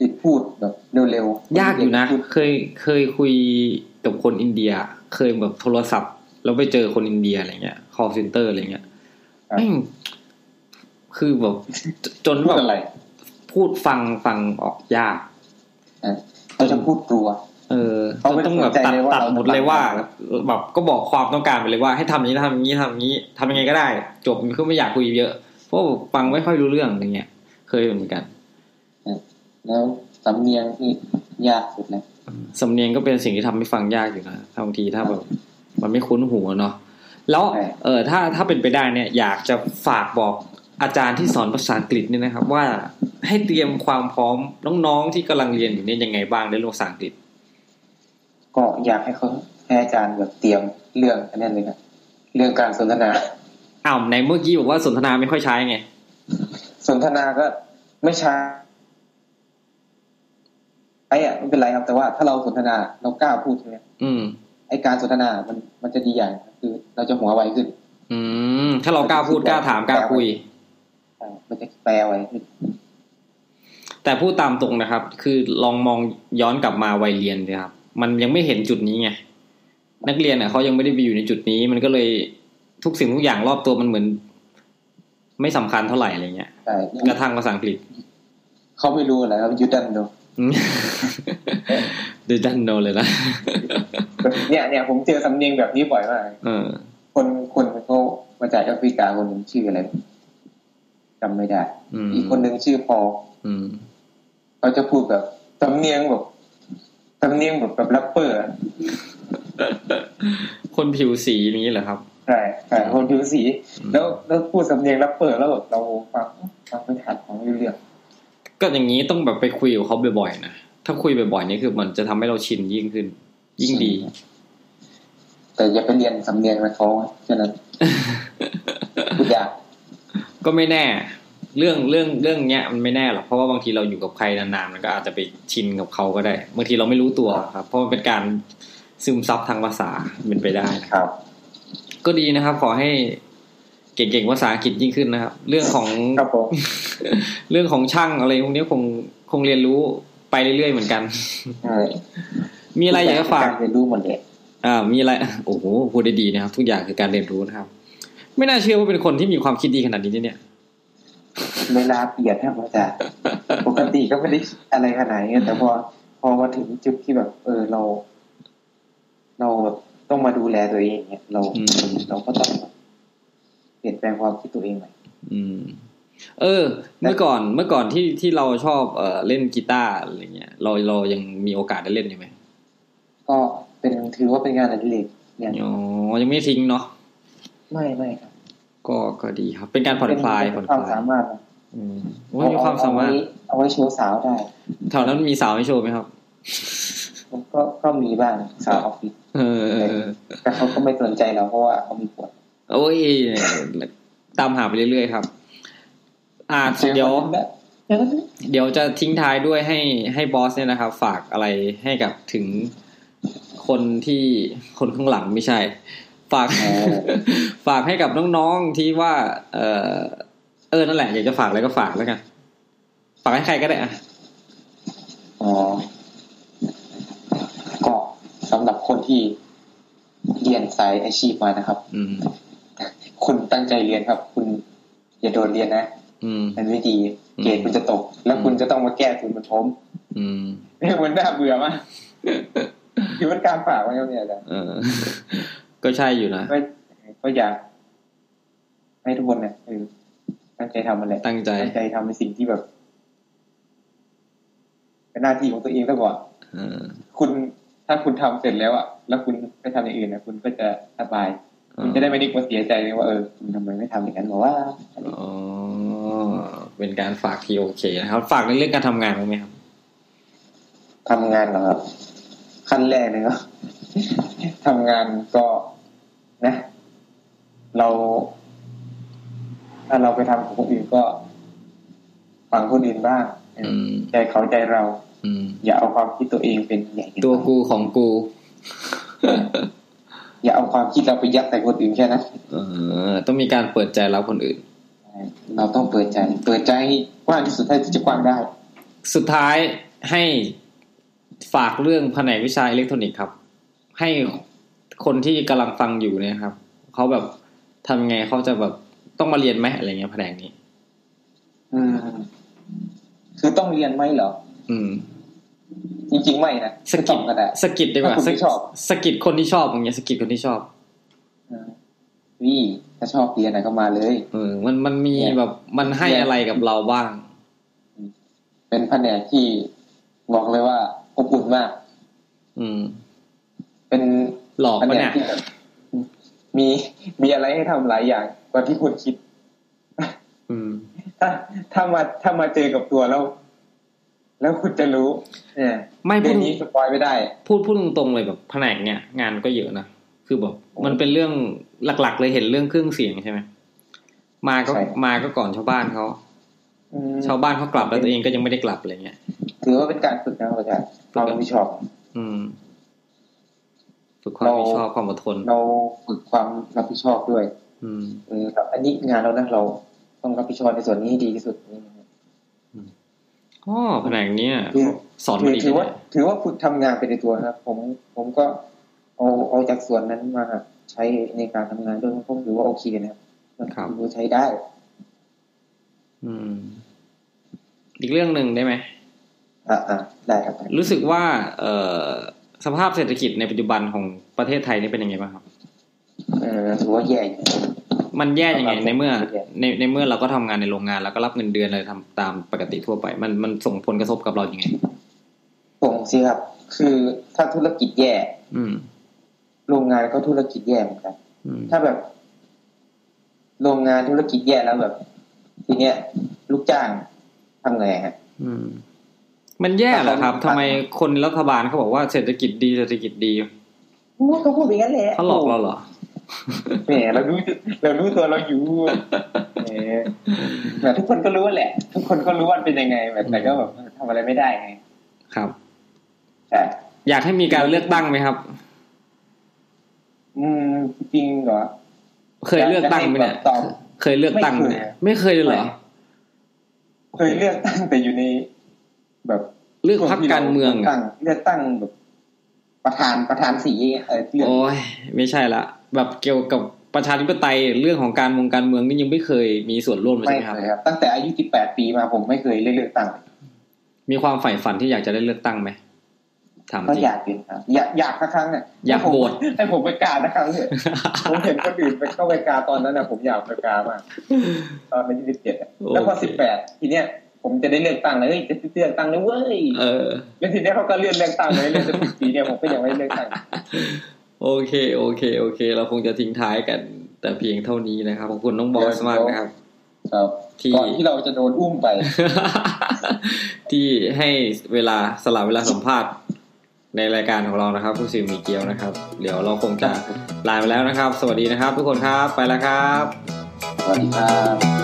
B: ติดพูดแบบเร็วๆ
A: ยากอยู่นะ
B: พูด
A: เคยเคยคุยกับคนอินเดีย เคยแบบโทรศัพท์ แล้วไปเจอคนอินเดียอะไรเงี้ย call center อะไรเงี้ยแม่งคือแบบจจน
B: พู
A: แบ
B: ด
A: บ
B: อะไร
A: พูดฟังฟังออกยาก
B: เขาจะพูดรัว
A: เออ
B: เขาไม่
A: ต้องแบบ
B: สนใจ
A: ตัดตั
B: เลยว่า
A: ด
B: เรา
A: หมดเลย
B: จะทำ
A: ว่า
B: อะไร
A: แบบก็บอกความต้องการไปเลยว่า ให้ทำอย่างนี้ทำอย่างนี้ทำอย่างนี้ทำยังไงก็ได้ จบคือไม่อยากคุยเยอะเพราะฟังไม่ค่อยรู้เรื่องอะไรเงี้ย เคยเป็นเหมือนกัน
B: แล้วสำเนียงนี่ยากสุดนะ
A: สำเนียงก็เป็นสิ่งที่ทำให้ฟังยากอยู่นะถ้าบางทีถ้าแบบมันไม่คุ้นหูอะเนาะแล้วเออถ้าถ้าเป็นไปได้เนี่ย อยากจะฝากบอกอาจารย์ที่สอนภาษาอังกฤษเนี่ยนะครับ ว่าให้เตรียมความพร้อมน้องๆที่กำลังเรียนอยู่เนี่ยยังไงบ้างในโลกภาษาอังกฤษ
B: ก็อยากให้เขาให้อาจารย์แบบเตรียมเรื่องอันนั้นเลยครับเรื่องการสนทนา
A: อ้าวในเมื่อกี้บอกว่าสนทนาไม่ค่อยใช้ไง
B: สนทนาก็ไม่ช้าไอ้อะไม่เป็นไรครับ แต่ว่าถ้าเราสนทนาเรากล้าพูดใช่ไหม
A: อืม
B: ไอ้การสนทนามันมันจะดีอย่างคือ เราจะหัวไวขึ้น
A: อืมถ้าเรากล้า พูดกล้าถามกล้าคุย
B: อ่ามันจะแปลไวขึ้น
A: แต่พูดตามตรงนะครับ คือลองมองย้อนกลับมาวัยเรียนนะครับ มันยังไม่เห็นจุดนี้ไงนักเรียนอ่ะเขายังไม่ได้ไปอยู่ในจุดนี้ มันก็เลยทุกสิ่งทุกอย่างรอบตัวมันเหมือน ไม่สำคัญเท่าไหร่อะไร เงี้ย
B: ใช่
A: กระทั่งภาษาอังกฤษ
B: เขาไม่รู้อะไรครับยูดันโด
A: ดูดันโนเลยนะ
B: เนี่ยเนี่ยผมเจอสำเนียงแบบนี้บ่อยมาก
A: เออ
B: คนคนเขามาจากแอฟริกาคนหนึ่งชื่ออะไรจำไม่ได้
A: อืม
B: อีกคนหนึ่งชื่อพอล
A: อืม
B: เขาจะพูดแบบสำเนียงแบบสำเนียงแบบแบบแรปเปอร์อะ
A: คนผิวสีนี้เหรอครับ
B: ใช่ใช่คนผิวสี
A: อืม
B: แล้วแล้วพูดสำเนียงแรปเปอร์แล้วแบบเราฟังฟังไม่ทันของเรื่อง
A: ก็อย่างนี้ต้องแบบไปคุยกับเขาบ่อยๆนะถ้าคุยบ่อยๆนี่คือมันจะทำให้เราชินยิ่งขึ้น ยิ่งดี
B: แต่อย่าไปเรียนสำเนียงนะเขา ฉะนั้นพูดยาก
A: ก็ไม่แน่ เรื่องเรื่องเรื่องเนี้ยมันไม่แน่หรอกเพราะว่าบางทีเราอยู่กับใครนานๆมันก็อาจจะไปชินกับเขาก็ได้ บางทีเราไม่รู้ตัวครับ เพราะมันเป็นการซึมซับทางภาษาเป็นไปได้นะครับ ก็ดีนะครับ ขอให้เก่งๆภาษาอังกฤษยิ่งขึ้นนะครับ เรื่องของ
B: ครับผม
A: เรื่องของช่างอะไรพวกนี้คงคงเรียนรู้ไปเรื่อยๆเหมือนกัน
B: ใช่
A: มีอะไรอยากจะฝาก
B: รเรียนรู้หมดเลย
A: อ่ามีอะไร โอ้โหพูดได้ดีนะครับ ทุกอย่างคือการเรียนรู้นะครับ ไม่น่าเชื่อว่าเป็นคนที่มีความคิดดีขนาดนี้เนี่ย
B: เวลาเปลี่ยนครับอา จารย์ปกติก็ไม่ได้อะไรขนาดนี้แต่พอพอมาถึงจุดที่แบบ เออเรา เราแบบต้องมาดูแลตัวเองเนี่ยเรา
A: อืม
B: เราก็ต้องเปลี่ยนแปลงความคิดตัวเองใหม่
A: อืม เออ เมื่อก่อนเมื่อก่อนที่ที่เราชอบเอ่อเล่นกีตาร์อะไรเงี้ยเราเรายังมีโอกาสได้เล่นอยู่ไหม
B: ก็เป็นถือว่าเป็นงานอดิเรกเนี่ย
A: อ๋อยังไม่ทิ้งเนาะ
B: ไม่ไม่ครับ
A: ก็ก็ดีครับ เป็นการผ่อนคลายผ่
B: เป็
A: อน
B: นควา
A: ค
B: ม
A: ลาย
B: สามารถนะ
A: อืมว่ามีความสามารถ
B: เอไเอาไว้โชว์สาวได้
A: แถวนั้นมีสาวให้โชว์ไหมครับ
B: มันก็ก็มีบ้างสาวออฟฟิศ
A: เออเออเออ
B: แต่เขาก็ไม่สนใจเราเพราะว่าเขามีผัว
A: โอ้ยตามหาไปเรื่อยๆครับ อ่าเดี๋ยว เดี๋ยวจะทิ้งท้ายด้วยให้ให้บอสเนี่ยนะครับ ฝากอะไรให้กับถึงคนที่คนข้างหลังไม่ใช่ ฝาก
B: อ๋อ
A: ฝากให้กับน้องๆที่ว่า เออเออนั่นแหละ อยากจะฝากอะไรก็ฝากแล้วกันฝากให้ใครก็ได้อะ
B: อ๋อก็สำหรับคนที่เรียนสายอาชีพมานะครับ
A: อืม
B: คุณตั้งใจเรียนครับ คุณอย่าโดดเรียนนะ
A: อืม
B: มันไม่ดี
A: อืม
B: เกรดคุณจะตก แล้วคุณจะต้องมาแก้ทุนเหมันผม
A: อืม
B: เนี่ย มันน่าเบื่อมากอยู่บนกลารป่ากมันเนี่ยนะ
A: เออ ก็ใช่อยู่นะ
B: ก็ก็อยากให้ทุกคนเนี่ยเออตั้งใจทำมันแหละ
A: ตั้งใจ
B: ตั้งใจทำในสิ่งที่แบบเป็นหน้าที่ของตัวเองซะก่อน
A: เออ
B: คุณถ้าคุณทำเสร็จแล้วอ่ะ แล้วคุณไปทำอย่างอื่นนะคุณก็จะสบาย
A: เออ
B: คุณจะได้ไม่ได้มาเสียใจเลยว่าเออคุณทำไมไม่ทำอย่างนั้นบอกว่า
A: อ๋อเป็นการฝากที่โอเคนะครับ ฝากในเรื่องการทำงานบ้างไหมครับ
B: ทำงานเหรอครับขั้นแรกเลยก็ ทำงานก็นะ เรา ถ้าเราไปทำของคนอื่นก็ฟังคนอื่นบ้างเออ
A: อืม
B: ใจเขาใจเรา
A: อืม
B: อย่าเอาความคิดตัวเองเป็นใหญ่เกินไป
A: ตัวกูของกู
B: อย่าเอาความคิดเราไปยัดใส่คนอื่นแค่นั้น
A: เออต้องมีการเปิดใจรับคนอื่น
B: เราต้องเปิดใจ เปิดใจให้กว้างที่สุดเท่าที่จะกว้างได้
A: สุดท้ายให้ฝากเรื่องแผนกวิชาอิเล็กทรอนิกส์ครับ ให้คนที่กำลังฟังอยู่เนี่ยครับเขาแบบทำยังไงเขาจะแบบต้องมาเรียนไหมอะไรเงี้ยแผนกนี้
B: อืม คือต้องเรียนไหมเหรอ
A: อืม
B: จริงๆไม่นะ
A: สะกิด
B: ไม่ต้องก็ได้
A: สะกิดดีกว่า
B: ถ้าคุณไม่ชอบ
A: สะกิดคนที่ชอบอย่างเงี้ยสะกิดคนที่ชอบ
B: อืมนี่ถ้าชอบเรียนนะก็มาเลย
A: เออ มันมันมี
B: เนี่ย
A: แบบมันให้
B: เนี่ย
A: อะไรกับเราบ้าง
B: เป็นแผนกที่บอกเลยว่าอบอุ่นมาก
A: อืม
B: เป็น
A: หลอก
B: แผ
A: ปะ
B: นก
A: เนี่ย
B: ที่แบบมีมีอะไรให้ทำหลายอย่างกว่าที่คุณคิด
A: อืม
B: ถ้าถ้ามาถ้ามาเจอกับตัวแล้ว แล้วคุณจะรู้เนี่ย
A: ไม่พูด
B: เรื่องนี้สปอยไม่ได้
A: พูดพูดตรงๆเลยแบบแผนกเนี่ยงานก็เยอะนะคือแบบมันเป็นเรื่องหลักๆ เลยเห็นเรื่องเครื่องเสียงใช่ไหมมาก็
B: ใช่
A: มาก็ก่อนชาวบ้านเขา
B: อืม
A: ชาวบ้านเขากลับแล้วตัวเองก็ยังไม่ได้กลับอะไรเงี้ย
B: ถือว่าเป็นการฝึกนะครับอาจารย์
A: ฝึก
B: เรา
A: เหรอ
B: ไม่ชอบ
A: อืมฝึกความรับผิดชอบค
B: เรา
A: วามอดทน
B: เราฝึกความรับผิดชอบด้วย
A: อืม
B: เออครับอันนี้งานเรานะเราต้องรับผิดชอบในส่วนนี้ให้ดีที่สุดนี่นะครับ
A: อ๋อแผนกเนี้ย
B: คือ
A: สอน
B: ถื
A: มา
B: อ
A: ดี
B: ถือว่า
A: เลย
B: ถือว่าฝึกทำงานไปในตัวนะครับ ผมผมก็เอาเอาจากส่วนนั้นมาใช้ในการทำงานด้วยผมถือว่าโอเคนะครับมันถือว่าใช้ได้
A: อืม อีกเรื่องหนึ่งได้ไหม
B: อ่าอ่าได้ครับ
A: รู้สึกว่า เออ สภาพเศรษฐกิจในปัจจุบันของประเทศไทยนี่เป็นยังไงบ้างครับ
B: เออถือว่าแย่อยู่
A: มันแย่ยังไง
B: สำหรั
A: ใน
B: บผม
A: เมื่อ
B: มันแย่
A: ในในเมื่อเราก็ทำงานในโรงงาน แล้วก็รับเงินเดือนอะไรทำตามปกติทั่วไป มันมันส่งผลกระทบกับเรายัางไง
B: ผมสิครับ คือถ้าธุรกิจแย่
A: อืม
B: โรงงานก็ธุรกิจแย่เหมือนกัน
A: อืม
B: ถ้าแบบ โรงงานธุรกิจแย่แล้วแบบ ทีเนี้ย ลูกจ้างทำไงฮะ
A: อืม มันแย่เหรอครับทำไมคนรัฐบาลเขาบอกว่าเศรษฐกิจดีเศรษฐกิจดี
B: มันก็พูดอย่างนั้นแหละ
A: เขาหลอกเราเหรอ
B: แหมเรารู้เรารู้ตัวเราอยู่แหมแต่ทุกคนก็รู้แหละ ทุกคนก็รู้ว่าเป็นยังไงแบบแต่ก็แบบทำอะไรไม่ได้ไง
A: ครับ
B: แต่
A: อยากให้มีการเลือกตั้งไหมครับ
B: อืมจริงเหรอ
A: เคยเลือกตั้งไหมเนี่ย
B: อยากจะให้แบบตอบ
A: เคยเลือกตั้งไหมเนี่ยไม่เคยเลยเหรอ
B: ไม่ เคยเลือกตั้งแต่อยู่ในแบบ
A: เลือกพักการเมืองอะ
B: ตั้งเลือกตั้งแบบ ประธานประธานสีเออเลือก
A: โอ้ยไม่ใช่ละแบบเกี่ยวกับประชาธิปไตยเรื่องของการเมองการเมืองนี่ยังไม่เคยมีส่วนร่วมเลย
B: ไม่
A: ใช่ไหมค
B: เค
A: รับ
B: ยครับ ตั้งแต่อายุ 18 ปีมาผมไม่เคยเลือกตั้ง
A: มีความใฝ่ฝันที่อยากจะได้เลือกตั้งไหมถาม
B: ก็
A: จริง
B: อยากอยู่ครับอยากอยากสักครั้งเนี่ย
A: อยาก
B: ให้ผม
A: โหวต
B: ให้ผมไปกาสักครั้งเถอะ ผมเห็นคนอื่นไปเข้าไปกาตอนนั้นนะผมอยากไปกามากตอนอายุสิบเจ็ดแล้วพอ
A: โอเค
B: สิบแปดทีเนี้ย ผมจะได้เลือกตั้งแล้วเฮ้ยจะเลือกตั้งแล้วเว้ย
A: เออ
B: แล้วทีเนี้ยเขาก็เลื่อนเลือกตั้งไปเรื่อยๆจนสิบปีเนี่ยผมก็ยังไม่ได้เลือกตั้ง
A: โอเค โอเค โอเค เราคงจะทิ้งท้ายกัน แต่เพียงเท่านี้นะครับขอบคุณน้องบอสมากนะครับ
B: ครับ
A: ที่
B: ก่อนที่เราจะโดนอุ้มไป
A: ที่ให้เวลาสละเวลาสัมภาษณ์ในรายการของเรานะครับผู้สื่อมีเกียวนะครับ เดี๋ยวเราคงจะลาไปแล้วนะครับ สวัสดีนะครับ ทุกคนครับไปแล้วครับ
B: สวัสดีครับ